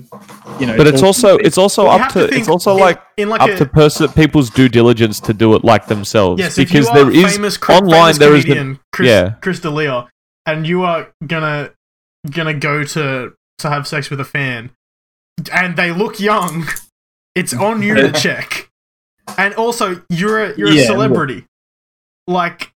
you know, But it's talking- also it's also Well, you up have to think it's also in- like in like up a, to person people's due diligence to do it like themselves yes, because if you are there a is famous, cri- online famous there is the, comedian, Chris, yeah. Chris D'Elia, and you are gonna gonna go to to have sex with a fan, and they look young. It's on you to check, and also you're a, you're Yeah, a look. celebrity. Like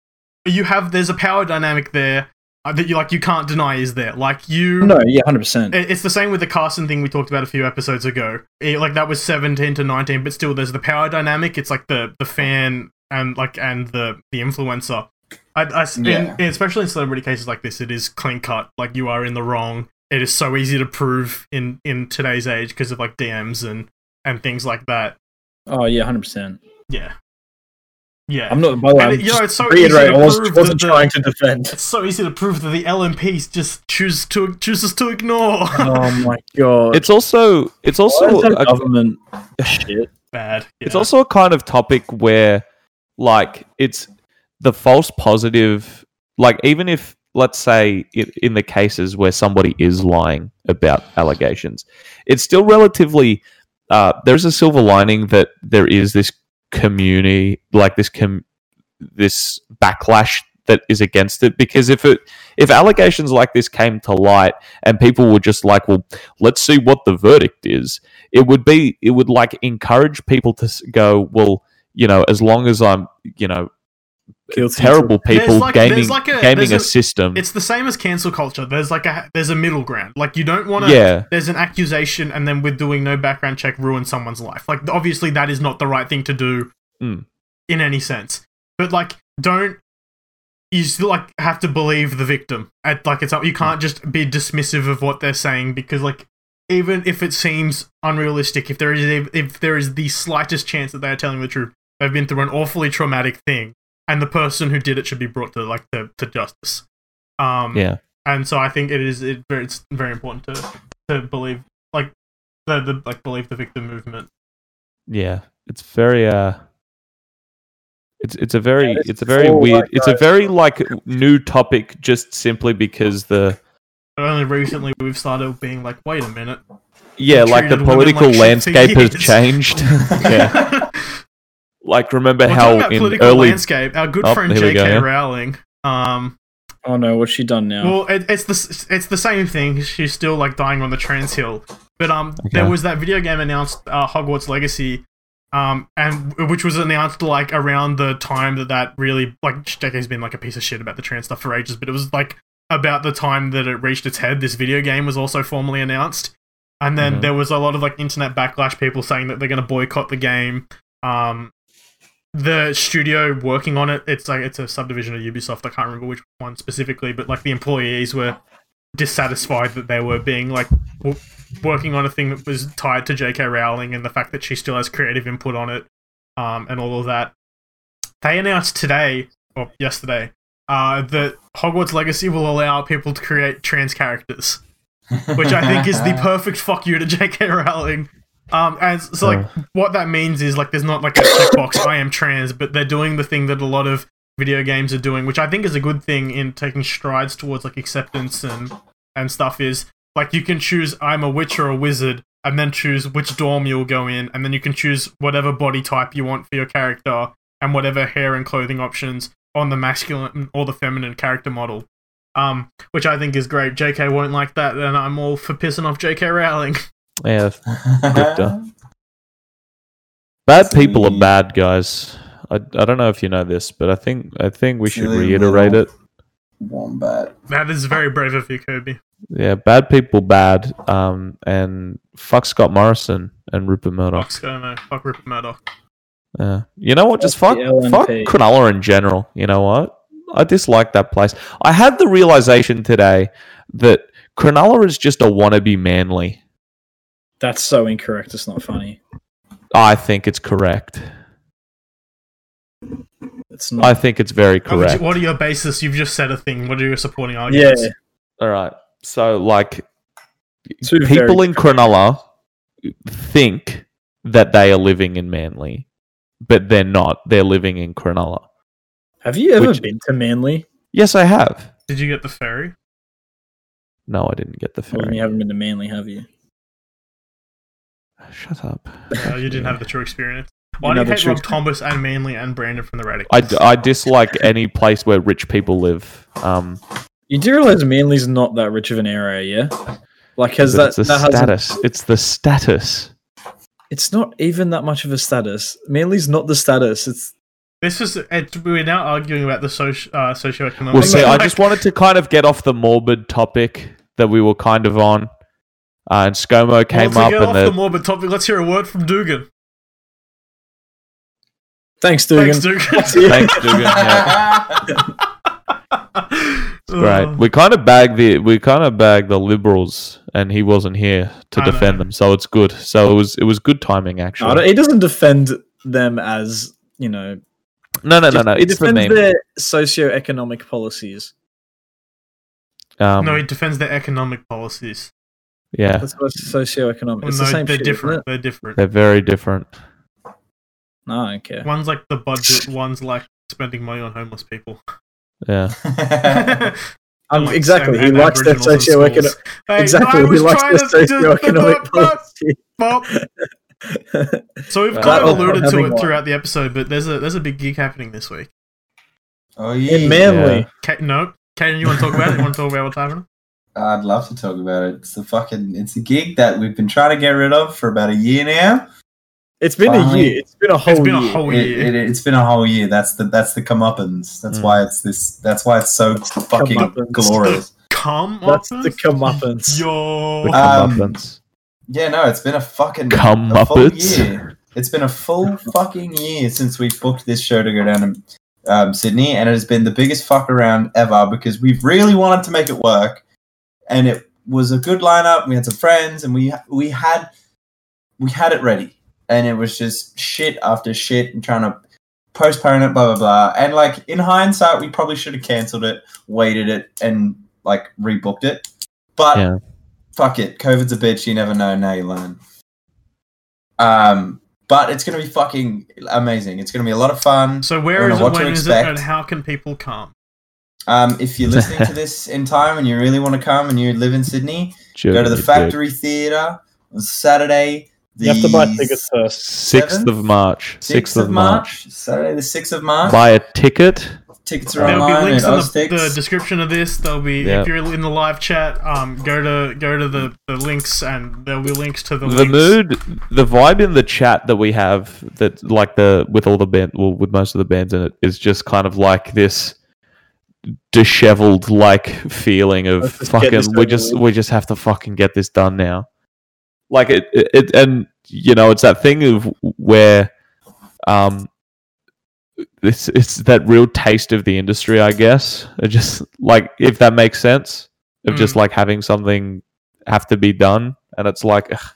you have, there's a power dynamic there uh, that you like you can't deny is there. Like you, no, yeah, hundred percent. it- It's the same with the Carson thing we talked about a few episodes ago. It- like that was seventeen to nineteen, but still, there's the power dynamic. It's like the the fan and like and the the influencer. I, I s- in- Yeah. especially in celebrity cases like this, it is clean cut. Like you are in the wrong. It is so easy to prove in in today's age because of like DMs and and things like that. Oh yeah, hundred percent. Yeah, yeah. I'm not. By the way, And I'm it- you just know, it's so easy reiterate. to I was, prove wasn't that the- trying to defend. it's so easy to prove that the LMPs just choose to chooses to ignore. oh my god! it's also it's also Why is that a government shit. Bad. It's yeah. also a kind of topic where, like, it's the false positive. Like, even if, let's say, i in the cases where somebody is lying about allegations, it's still relatively. Uh, there's a silver lining that there is this community, like this com- this backlash that is against it. Because if it if allegations like this came to light and people were just like, well, let's see what the verdict is, it would be it would like encourage people to s- go well you know as long as i'm you know Guilty terrible people There's like- there's gaming like a- there's gaming a, a- system it's the same as cancel culture. There's like a there's a middle ground. Like you don't want to. yeah There's an accusation, and then with doing no background check, ruin someone's life. Like obviously that is not the right thing to do, Mm. in any sense. But like, don't you still like have to believe the victim? At like it's you can't just be dismissive of what they're saying because like even if it seems unrealistic, if there is a, if there is the slightest chance that they are telling the truth, they've been through an awfully traumatic thing, and the person who did it should be brought to like to, to justice. Um, yeah and so I think it is it, very- it's very important to to believe like the, the like believe the victim movement. yeah it's very uh it's it's a very Yeah, this it's a is very all weird like, it's a uh, very like new topic just simply because the But only recently we've started being like, wait a minute, yeah like the Treated women political like shit for landscape has years. changed yeah like remember Well, how talking about in political early landscape, our good Oh, friend here we J.K. go, yeah. Rowling. Um, Oh no, what's she done now? well, it, it's the s- it's the same thing. She's still like dying on the trans hill. But um, there Okay. was that video game announced, uh, Hogwarts Legacy, um, and which was announced like around the time that that really like J.K.'s been like a piece of shit about the trans stuff for ages. But it was like about the time that it reached its head, this video game was also formally announced. And then Mhm. there was a lot of like internet backlash, people saying that they're going to boycott the game. Um, the studio working on it, it's like it's a subdivision of Ubisoft. I can't remember which one specifically, but like the employees were dissatisfied that they were being like w- working on a thing that was tied to J.K. Rowling and the fact that she still has creative input on it, um, and all of that. They announced today or yesterday uh, that Hogwarts Legacy will allow people to create trans characters, which I think is the perfect fuck you to J.K. Rowling. Um, and so Oh, like what that means is like there's not like a checkbox I am trans, but they're doing the thing that a lot of video games are doing, which I think is a good thing in taking strides towards like acceptance and and stuff. Is like you can choose I'm a witch or a wizard, and then choose which dorm you'll go in, and then you can choose whatever body type you want for your character and whatever hair and clothing options on the masculine or the feminine character model. Um, which I think is great. JK won't like that, and I'm all for pissing off JK Rowling. Yeah, bad people are bad guys. I, I don't know if you know this, but I think I think we should Silly reiterate little- it. Wombat. That is very brave of you, Kobe. Yeah, bad people bad. Um, and fuck Scott Morrison and Rupert Murdoch. Fuck ScoMo. Fuck Rupert Murdoch. Yeah. You know what? Just Fuck fuck, the fuck LNP. Cronulla in general. You know what? I dislike that place. I had the realization today that Cronulla is just a wannabe manly. That's so incorrect. It's not funny. I think it's correct. It's not. I think it's very What would you- correct. What are your basis? You've just said a thing. What are your supporting yeah, arguments? All right. So, like, Two very people in Cronulla think that they are living in Manly, but they're not. They're living in Cronulla. have you ever Which- been to Manly? Yes, I have. Did you get the ferry? No, I didn't get the Well, then ferry. you haven't been to Manly, have you? Shut up. No, Oh, you didn't have the true experience. Why do you Another hate true Rob Thomas and Manly and Brandon from the Radicals? I, d- I dislike any place where rich people live. Um, You do realize Manly's not that rich of an area, yeah? Like, has that because that it's the has status. it's the status. It's not even that much of a status. Manly's not the status. It's This is it, we're now arguing about the soci, uh, socioeconomic. Well, see, I Like, just wanted to kind of get off the morbid topic that we were kind of on, uh, and ScoMo well, came to up get off and the the, morbid topic. Let's hear a word from Dugan. thanks, Dugan. Thanks, Dugan. thanks, Dugan. Yeah. Right, Uh, we kind of bagged the we kind of bagged the liberals, and he wasn't here to I defend know. them, so it's good. So it was it was good timing No, I don't- actually. he doesn't defend them as you know. No, no, no, no. he It's the defends meme. their socioeconomic policies. um, no, he defends their economic policies. yeah, That's what socioeconomic. Well, It's no, the same they're shit, isn't different. it? They're different. they're very different. No, I don't care. One's like the budget. One's like spending money on homeless people. Yeah, Um, Like, exactly. and- He and likes their Aboriginals in socioeconomic. schools. Hey, Exactly. I He was trying likes their to- to- to- socioeconomic to- policy. Well, So we've Right. kind Well, of alluded to having it one. throughout the episode, but there's a there's a big gig happening this week. oh yeah. In Manly, Yeah. Ka- no, Caden, you want to talk about it? You want to talk about what's happening? I'd love to talk about it. It's the fucking it's a gig that we've been trying to get rid of for about a year now. it's been a Fine. year. It's been a whole It's been year. a whole It, year. it, has been a whole year. That's the that's the comeuppance. That's Mm. why it's this. That's why it's so fucking comeuppance. glorious. Come on, That's the comeuppance. yo. the Um, comeuppance. Yeah, no, it's been a fucking Come a full Muppets. year. It's been a full fucking year since we booked this show to go down to um, Sydney, and it has been the biggest fuck around ever because we really wanted to make it work, and it was a good lineup. We had some friends, and we we had we had it ready, and it was just shit after shit, and trying to postpone it, blah blah blah. And like in hindsight, we probably should have cancelled it, waited it, and like rebooked it. But Yeah. fuck it, COVID's a bitch. You never know. Now you learn. Um, but it's gonna be fucking amazing. It's gonna be a lot of fun. So I where don't is know it? what to When is it? expect. And how can people come? Um, if you're listening to this in time and you really want to come and you live in Sydney, go to the Jeremy Factory Theatre on Saturday. The You have to buy tickets first. Sixth of Seventh? March. Sixth of March. Saturday the sixth of March. Buy a ticket. Tickets are There There'll be online links in at the, the Oztix. description of this. There'll be Yeah. if you're in the live chat, um, go to go to the, the links and there'll be links to the, The links. mood, the vibe in the chat that we have that like the with all the band, well, with most of the bands in it, is just kind of like this disheveled like feeling of Let's just get this fucking we over just with. we just have to fucking get this done now like it, it, it and you know it's that thing of where um it's it's that real taste of the industry i guess it just like if that makes sense of Mm. just like having something have to be done and it's like ugh,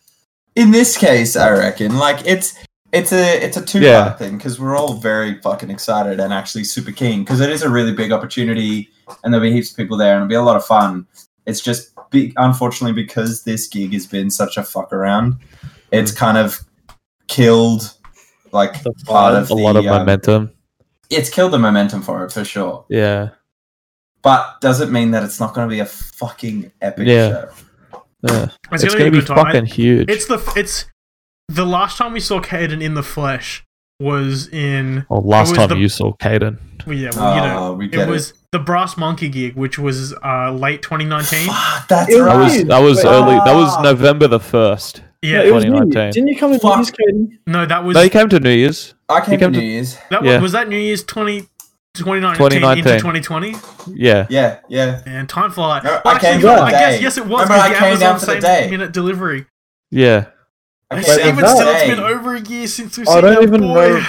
in this case, I reckon, like it's it's a it's a two part Yeah. thing because we're all very fucking excited and actually super keen because it is a really big opportunity and there'll be heaps of people there and it'll be a lot of fun. It's just be- unfortunately because this gig has been such a fuck around, it's kind of killed like The part vibe. of Mm. a lot the, of um, momentum It's killed the momentum for it for sure, yeah but doesn't mean that it's not going to be a fucking epic Yeah. show. yeah. It's, it's gonna, be, a gonna be good time. I- fucking huge It's the it's the last time we saw Caden in the flesh was in Well, Oh, last was time the- you saw Caden. well, yeah, well, you know Oh, we it get was the Brass Monkey gig, which was uh, late 2019. Fuck, that's It right. That was that was Wait. early. That was Ah. November the first. Yeah, Yeah, it was me. 2019. Didn't you come with Fuck. these, Caden? no, that was No, he came to New Year's. I You came to came New to- Year's. that yeah. was, was that New Year's 20, 2019 into 2019. 2020. Yeah, Yeah, yeah. And time flies. No, I Well, actually, came no, for the I guess day. yes, it was Remember, because I the came Amazon down for the same day. minute delivery. yeah. I It's, Wait, came even that- down still, it's today. been over a year since we've I seen don't that even boy. know.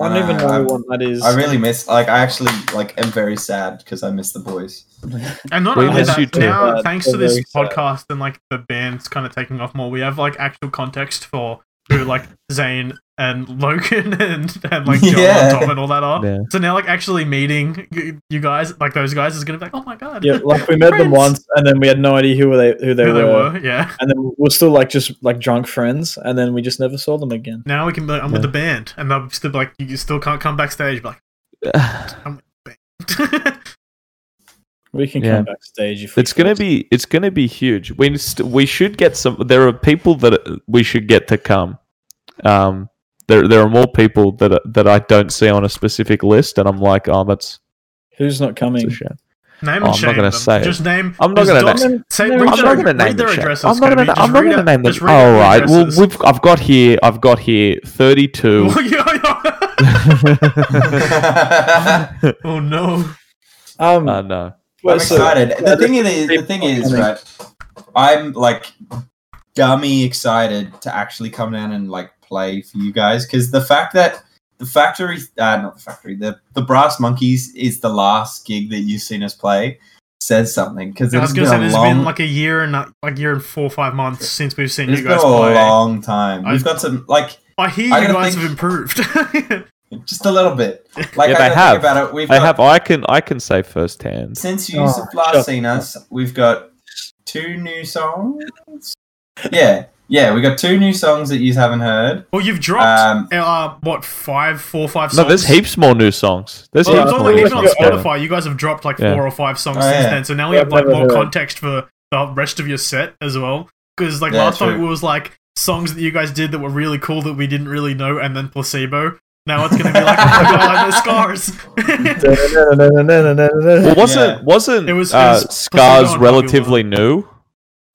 I don't even Uh, know what that is. I really miss. Like, I actually like am very sad because I miss the boys. And not We only miss that, you too. now Yeah, thanks it's to this very sad. podcast and like the band's kind of taking off more, we have like actual context for who like Zane and Logan and, and like Joel Yeah. and Tom and all that are. Yeah. So now like actually meeting y- you guys, like those guys, is gonna be like, oh my god, yeah, like we met them Friends. once, and then we had no idea who they who they, who were, they were. Yeah. and then we're still like just like drunk friends, and then we just never saw them again. Now we can be like, I'm with Yeah. the band, and they'll still be like, you still can't come backstage. Be Oh, like, We can Yeah. come backstage if we It's gonna want. be it's gonna be huge. We st- we should get some. There are people that we should get to come. Um, there there are more people that are, that I don't see on a specific list, and I'm like, oh, that's, Who's not that's coming? a shame. name and Oh, I'm not shame gonna them. say it. Just name. I'm not just gonna dox- name- Say, No, read I'm I'm not their- not gonna name read their them. Shane. addresses. I'm not Kobe. gonna. Just I'm not read gonna out- name them. just read out All their right. Well, addresses. we've I've got here. I've got here 32. Well, yeah, yeah. I'm oh no. Um, uh, no. well, so- excited. Yeah, The thing is, the people thing is, coming. right? I'm like dummy excited to actually come down and like play for you guys because the fact that the factory, uh, not the factory, the the Brass Monkeys is the last gig that you've seen us play says something because I was it's gonna been say a there's been long like a year and uh, like year and four or five months since we've seen It's you been guys a play. long time. I- We've got some like I hear I you gotta guys think- have improved. just a little bit. Like Yeah, I they gotta have. Think about it. We've I got, have. I can. I can say firsthand. since you Oh, have shut last seen us, we've got two new songs. Yeah, yeah, we got two new songs that you haven't heard. well, you've Um, dropped uh, what five, four, five songs. No, there's heaps more new songs. There's Well, Yeah, heaps it's that's what on, more like, it new is. even on songs. better. Spotify, you guys have dropped like Yeah. four or five songs Oh, since yeah. then. So now we Yeah, have like I've never more heard. context for the rest of your set as well. Because like Yeah, last time true. it was like songs that you guys did that were really cool that we didn't really know, and then placebo. Now it's gonna be like, oh my god, there's scars. Well, Da-na-na-na-na-na-na-na-na. wasn't wasn't It was- it uh, was Scar's Placebo and relatively new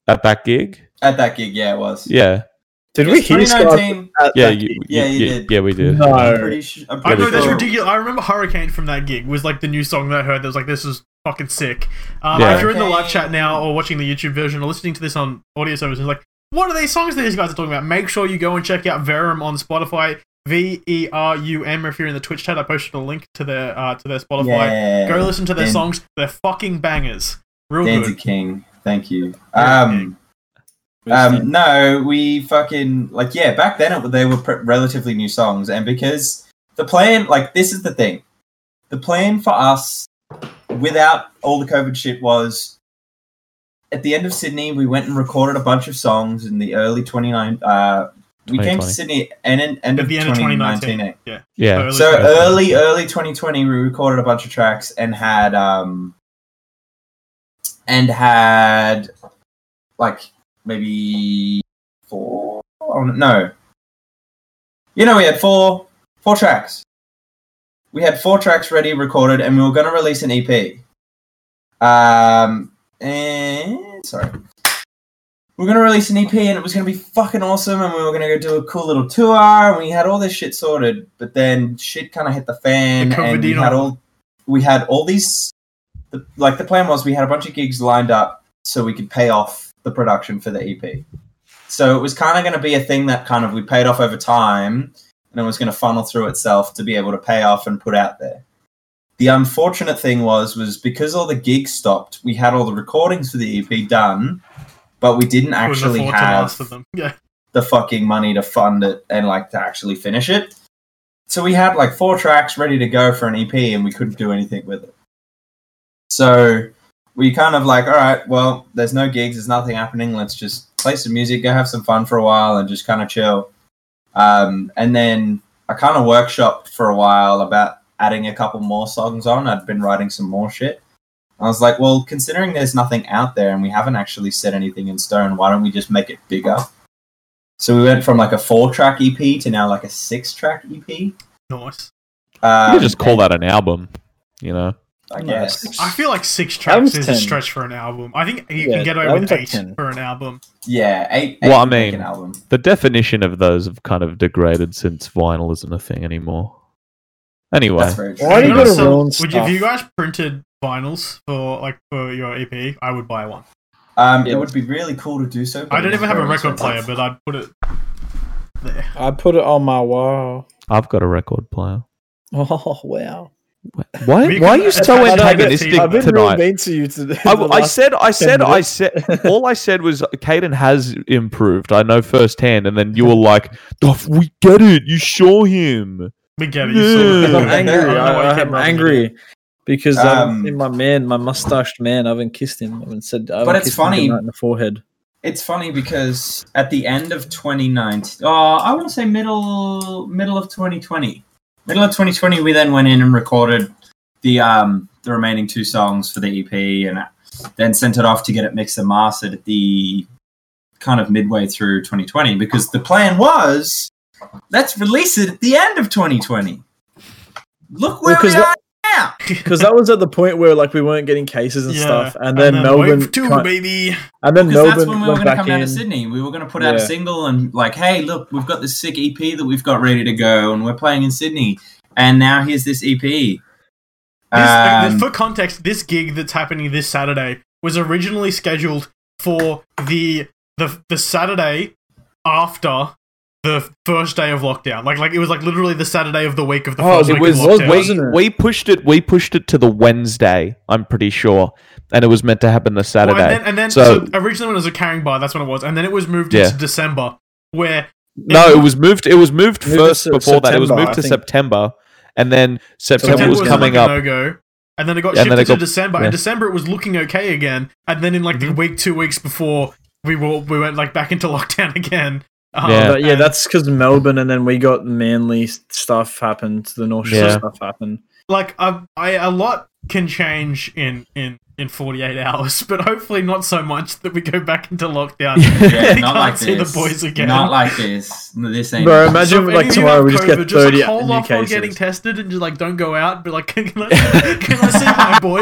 at that gig? At that gig, yeah, it was. Yeah, Did It we was hear Scott? 2019. at yeah, that you, gig? Yeah, you you- did. yeah, we did. No. I'm pretty su- I'm I pretty know sure. that's ridiculous. I remember Hurricane from that gig was like the new song that I heard that was like this is fucking sick. Um, Yeah. If you're in the live chat Hurricane. now or watching the YouTube version or listening to this on audio services, like what are these songs that these guys are talking about? Make sure you go and check out Verum on Spotify. V E R U M. If you're in the Twitch chat, I posted a link to their uh, to their Spotify. Yeah. Go listen to their Dan- songs. They're fucking bangers. Real Danzig good. King. Thank you. You're a Um, um, no, we fucking like yeah. Back then, it, they were pr- relatively new songs, and because the plan, like this is the thing, the plan for us without all the COVID shit was at the end of Sydney, we went and recorded a bunch of songs in the early 29. Uh, we came to 2020. Sydney and end, end At of the end of 2019. 2019. eh? Yeah, Early so 2020. early early 2020 we recorded a bunch of tracks and had um and had like maybe four oh, no you know we had four four tracks we had four tracks ready recorded and we were going to release an ep um and sorry we are gonna release an EP and it was gonna be fucking awesome and we were gonna go do a cool little tour and we had all this shit sorted, but then shit kinda hit the fan The and we covidino. had all we had all these the, like the plan was we had a bunch of gigs lined up so we could pay off the production for the E EP. So it was kind of going to be a thing that kind of we paid off over time, and it was going to funnel through itself to be able to pay off and put out there. The unfortunate thing was was because all the gigs stopped, we had all the recordings for the EP done, but we didn't Couldn't actually afford to have last of them. Yeah. the fucking money to fund it and like to actually finish it. So we had like four tracks ready to go for an EP and we couldn't do anything with it. So we kind of like, all right, well, there's no gigs, there's nothing happening. Let's just play some music, go have some fun for a while and just kind of chill. Um, and then I kind of workshopped for a while about adding a couple more songs on. I'd been writing some more shit. I was like, well, considering there's nothing out there and we haven't actually set anything in stone, why don't we just make it bigger? So we went from like a four track EP to now like a six track EP. Nice. You Um, could just call that an album, you know? I No, guess. six- I feel like six Album's tracks is 10. a stretch for an album. I think you Yeah, can get away album's with like eight 10. for an album. Yeah, eight. Well, eight I would make mean- an album. The definition of those have kind of degraded since vinyl isn't a thing anymore. Anyway, That's very true. Why do you If you gotta guys sell- ruin would you- stuff? if you guys printed vinyls for like for your EP, I would buy one. Um, it would be really cool to do so. but I don't it's even have a very record player, expensive. but I'd put it there. I put it on my wall. I've got a record player. Oh wow! Wh- Why, We why are can- you I so don't know, antagonistic I've I've been real tonight? mean to you today. I, the I last- said, I said, I minutes. said, all I said was Caden has improved. I know firsthand. And then you were like, "Duff, we get it. You saw him. We get it. You Yeah. saw I'm it. angry. I don't know why you I, kept am rubbing it in. angry because I haven't Um, seen my man, my mustached man. I haven't kissed him. I haven't said. I haven't But it's kissed him funny. goodnight in the forehead. It's funny because at the end of 2019, oh, I want to say middle middle of 2020, middle of 2020, we then went in and recorded the um the remaining two songs for the EP, and then sent it off to get it mixed and mastered at the kind of midway through 2020 because the plan was let's release it at the end of 2020. Look where Well, 'cause we that- are now. Because that was at the point where like we weren't getting cases and Yeah, stuff, and then, Melbourne, wave two, cut- baby. and then Because that's Melbourne when we were went going to back come down to in. Sydney. We were going to put out a Yeah. single and like, hey, look, we've got this sick EP that we've got ready to go, and we're playing in Sydney. And now here's this EP. This, Um, for context, this gig that's happening this Saturday was originally scheduled for the the the Saturday after the first day of lockdown. Like like it was like literally the Saturday of the week of the Oh, first it week was, of lockdown. wasn't it? we pushed it. We pushed it to the Wednesday. I'm pretty sure, and it was meant to happen the Well, Saturday. and then, and then so, So- originally when it was a carrying bar, that's when it was, and then it was moved Yeah. into December, where no, it was moved. It was moved Moved to first Se- before that. It was September, moved I to think. September, and then September, September was was coming like up. a no-go, and then it got Yeah, and shifted then it to got- December. yeah. In December, it was looking okay again, and then in like Mm-hmm. the week, two weeks before, we were we went like back into lockdown again. Um, Yeah. But yeah, and- that's because Melbourne, and then we got Manly stuff happened. The North Shore Yeah. stuff happened. like a, I, a lot can change in in in 48 hours but hopefully not so much that we go back into lockdown yeah, We not can't like see the this. boys again. Not like this. No, This ain't. Bro, it. imagine So if any like of you tomorrow have we just get COVID, thirty like, hold new off on cases. getting tested and just like don't go out but like can I, can I see my boy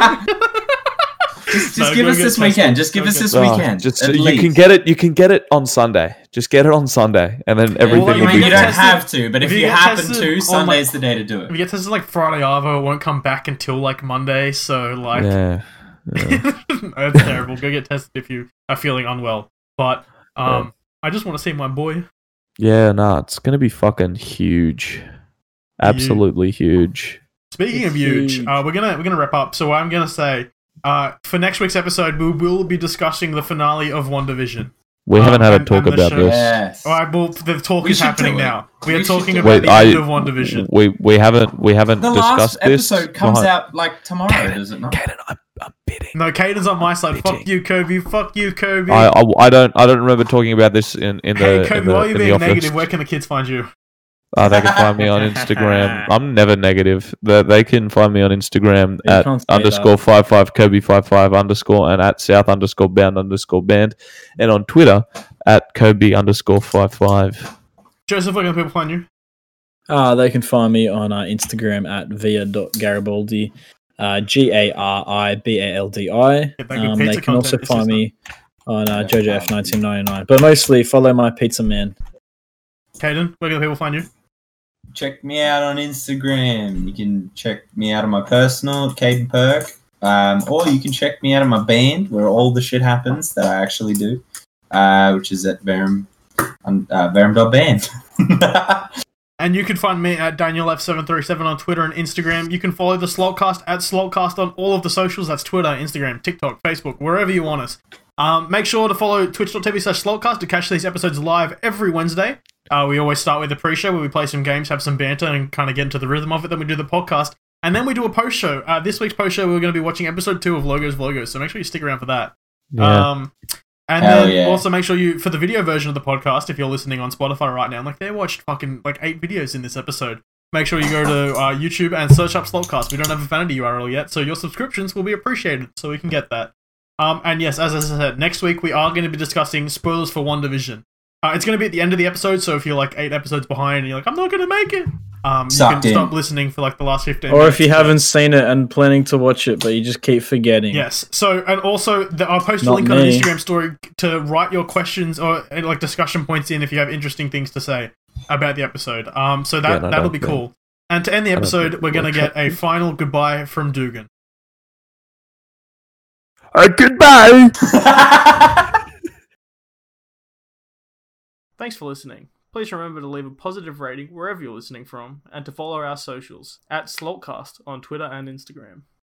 just No, give go us get this tested. weekend. Just give Go us get this Oh, weekend. just at you least. can get it. You can get it on Sunday. Just get it on Sunday, and then everything Well, I you will mean, be you get fine. don't tested- have to, but if if you you, get happen tested oh on, to, like- Sunday's the day to do if it. it gets tested like Friday Arvo it won't come back until like Monday so like Yeah. yeah. that's terrible go get tested if you are feeling unwell but um I just want to see my boy Yeah, nah, it's gonna be fucking huge. Absolutely huge. Speaking It's of huge, huge. Uh, we're gonna we're gonna wrap up. So I'm gonna say uh, for next week's episode, we will be discussing the finale of One Division. We Ah, Um, haven't had a and- talk and the about show- this. Yes. All right, well the talk We is should happening do it. now. We, We are should talking do it. about Wait, the I- end of One Division. We we haven't we haven't The last discussed this. episode comes Right. out like tomorrow, does it not? Kaden, I'm, I'm bidding. No, Caden's on my side. Fuck you, Kobe. Fuck you, Kobe. I, I, I don't I don't remember talking about this in in the, hey, in Kobe, the, while in you're the being office. negative, where can the kids find you? Oh, they can find me on Instagram. I'm never negative. They, they can find me on Instagram You at can't say underscore five five Kobe five five underscore and at South underscore bound underscore band and on Twitter at Kobe underscore five five. Joseph, where can people find you? Uh, they can find me on uh, Instagram at via.garibaldi, uh, G A R I B A L D I. Yeah, that good Um, They pizza can also content, it's find just me on uh, JoJoF1999. But mostly follow my pizza man. Caden, where can people find you? check me out on Instagram. You can check me out on my personal, Caden Perk. Um, or you can check me out on my band where all the shit happens that I actually do, uh, which is at Verum, on, uh, Verum.band. And you can find me at DanielF737 on Twitter and Instagram. You can follow the Slotcast at Slotcast on all of the socials. That's Twitter, Instagram, TikTok, Facebook, wherever you want us. Um, make sure to follow twitch.tv slash Slotcast to catch these episodes live every Wednesday. Uh, we always start with a pre-show where we play some games, have some banter, and kind of get into the rhythm of it. Then we do the podcast. And then we do a post-show. Uh, this week's post-show, we're going to be watching episode two of Logos Vlogos, so make sure you stick around for that. Yeah. Um, and Hell then yeah. also make sure you for the video version of the podcast, if you're listening on Spotify right now, like they watched fucking like eight videos in this episode. Make sure you go to uh, YouTube and search up Slotcast. We don't have a vanity URL yet, so your subscriptions will be appreciated, so we can get that. Um, and yes, as I said, next week we are going to be discussing spoilers for One Division. Uh, it's going to be at the end of the episode, so if you're like eight episodes behind and you're like, I'm not going to make it, um, you Sucked can in. stop listening for like the last fifteen. Or if you minutes. haven't seen it and planning to watch it, but you just keep forgetting. Yes. So, and also, the, I'll post a Not link on an me. Instagram story to write your questions or uh, like discussion points in if you have interesting things to say about the episode. Um, so Yeah, that no, that'll don't- be yeah. cool. And to end the don't episode, think we're gonna we'll get a final goodbye from Dugan. Uh, goodbye. Thanks for listening. Please remember to leave a positive rating wherever you're listening from, and to follow our socials at Slotcast on Twitter and Instagram.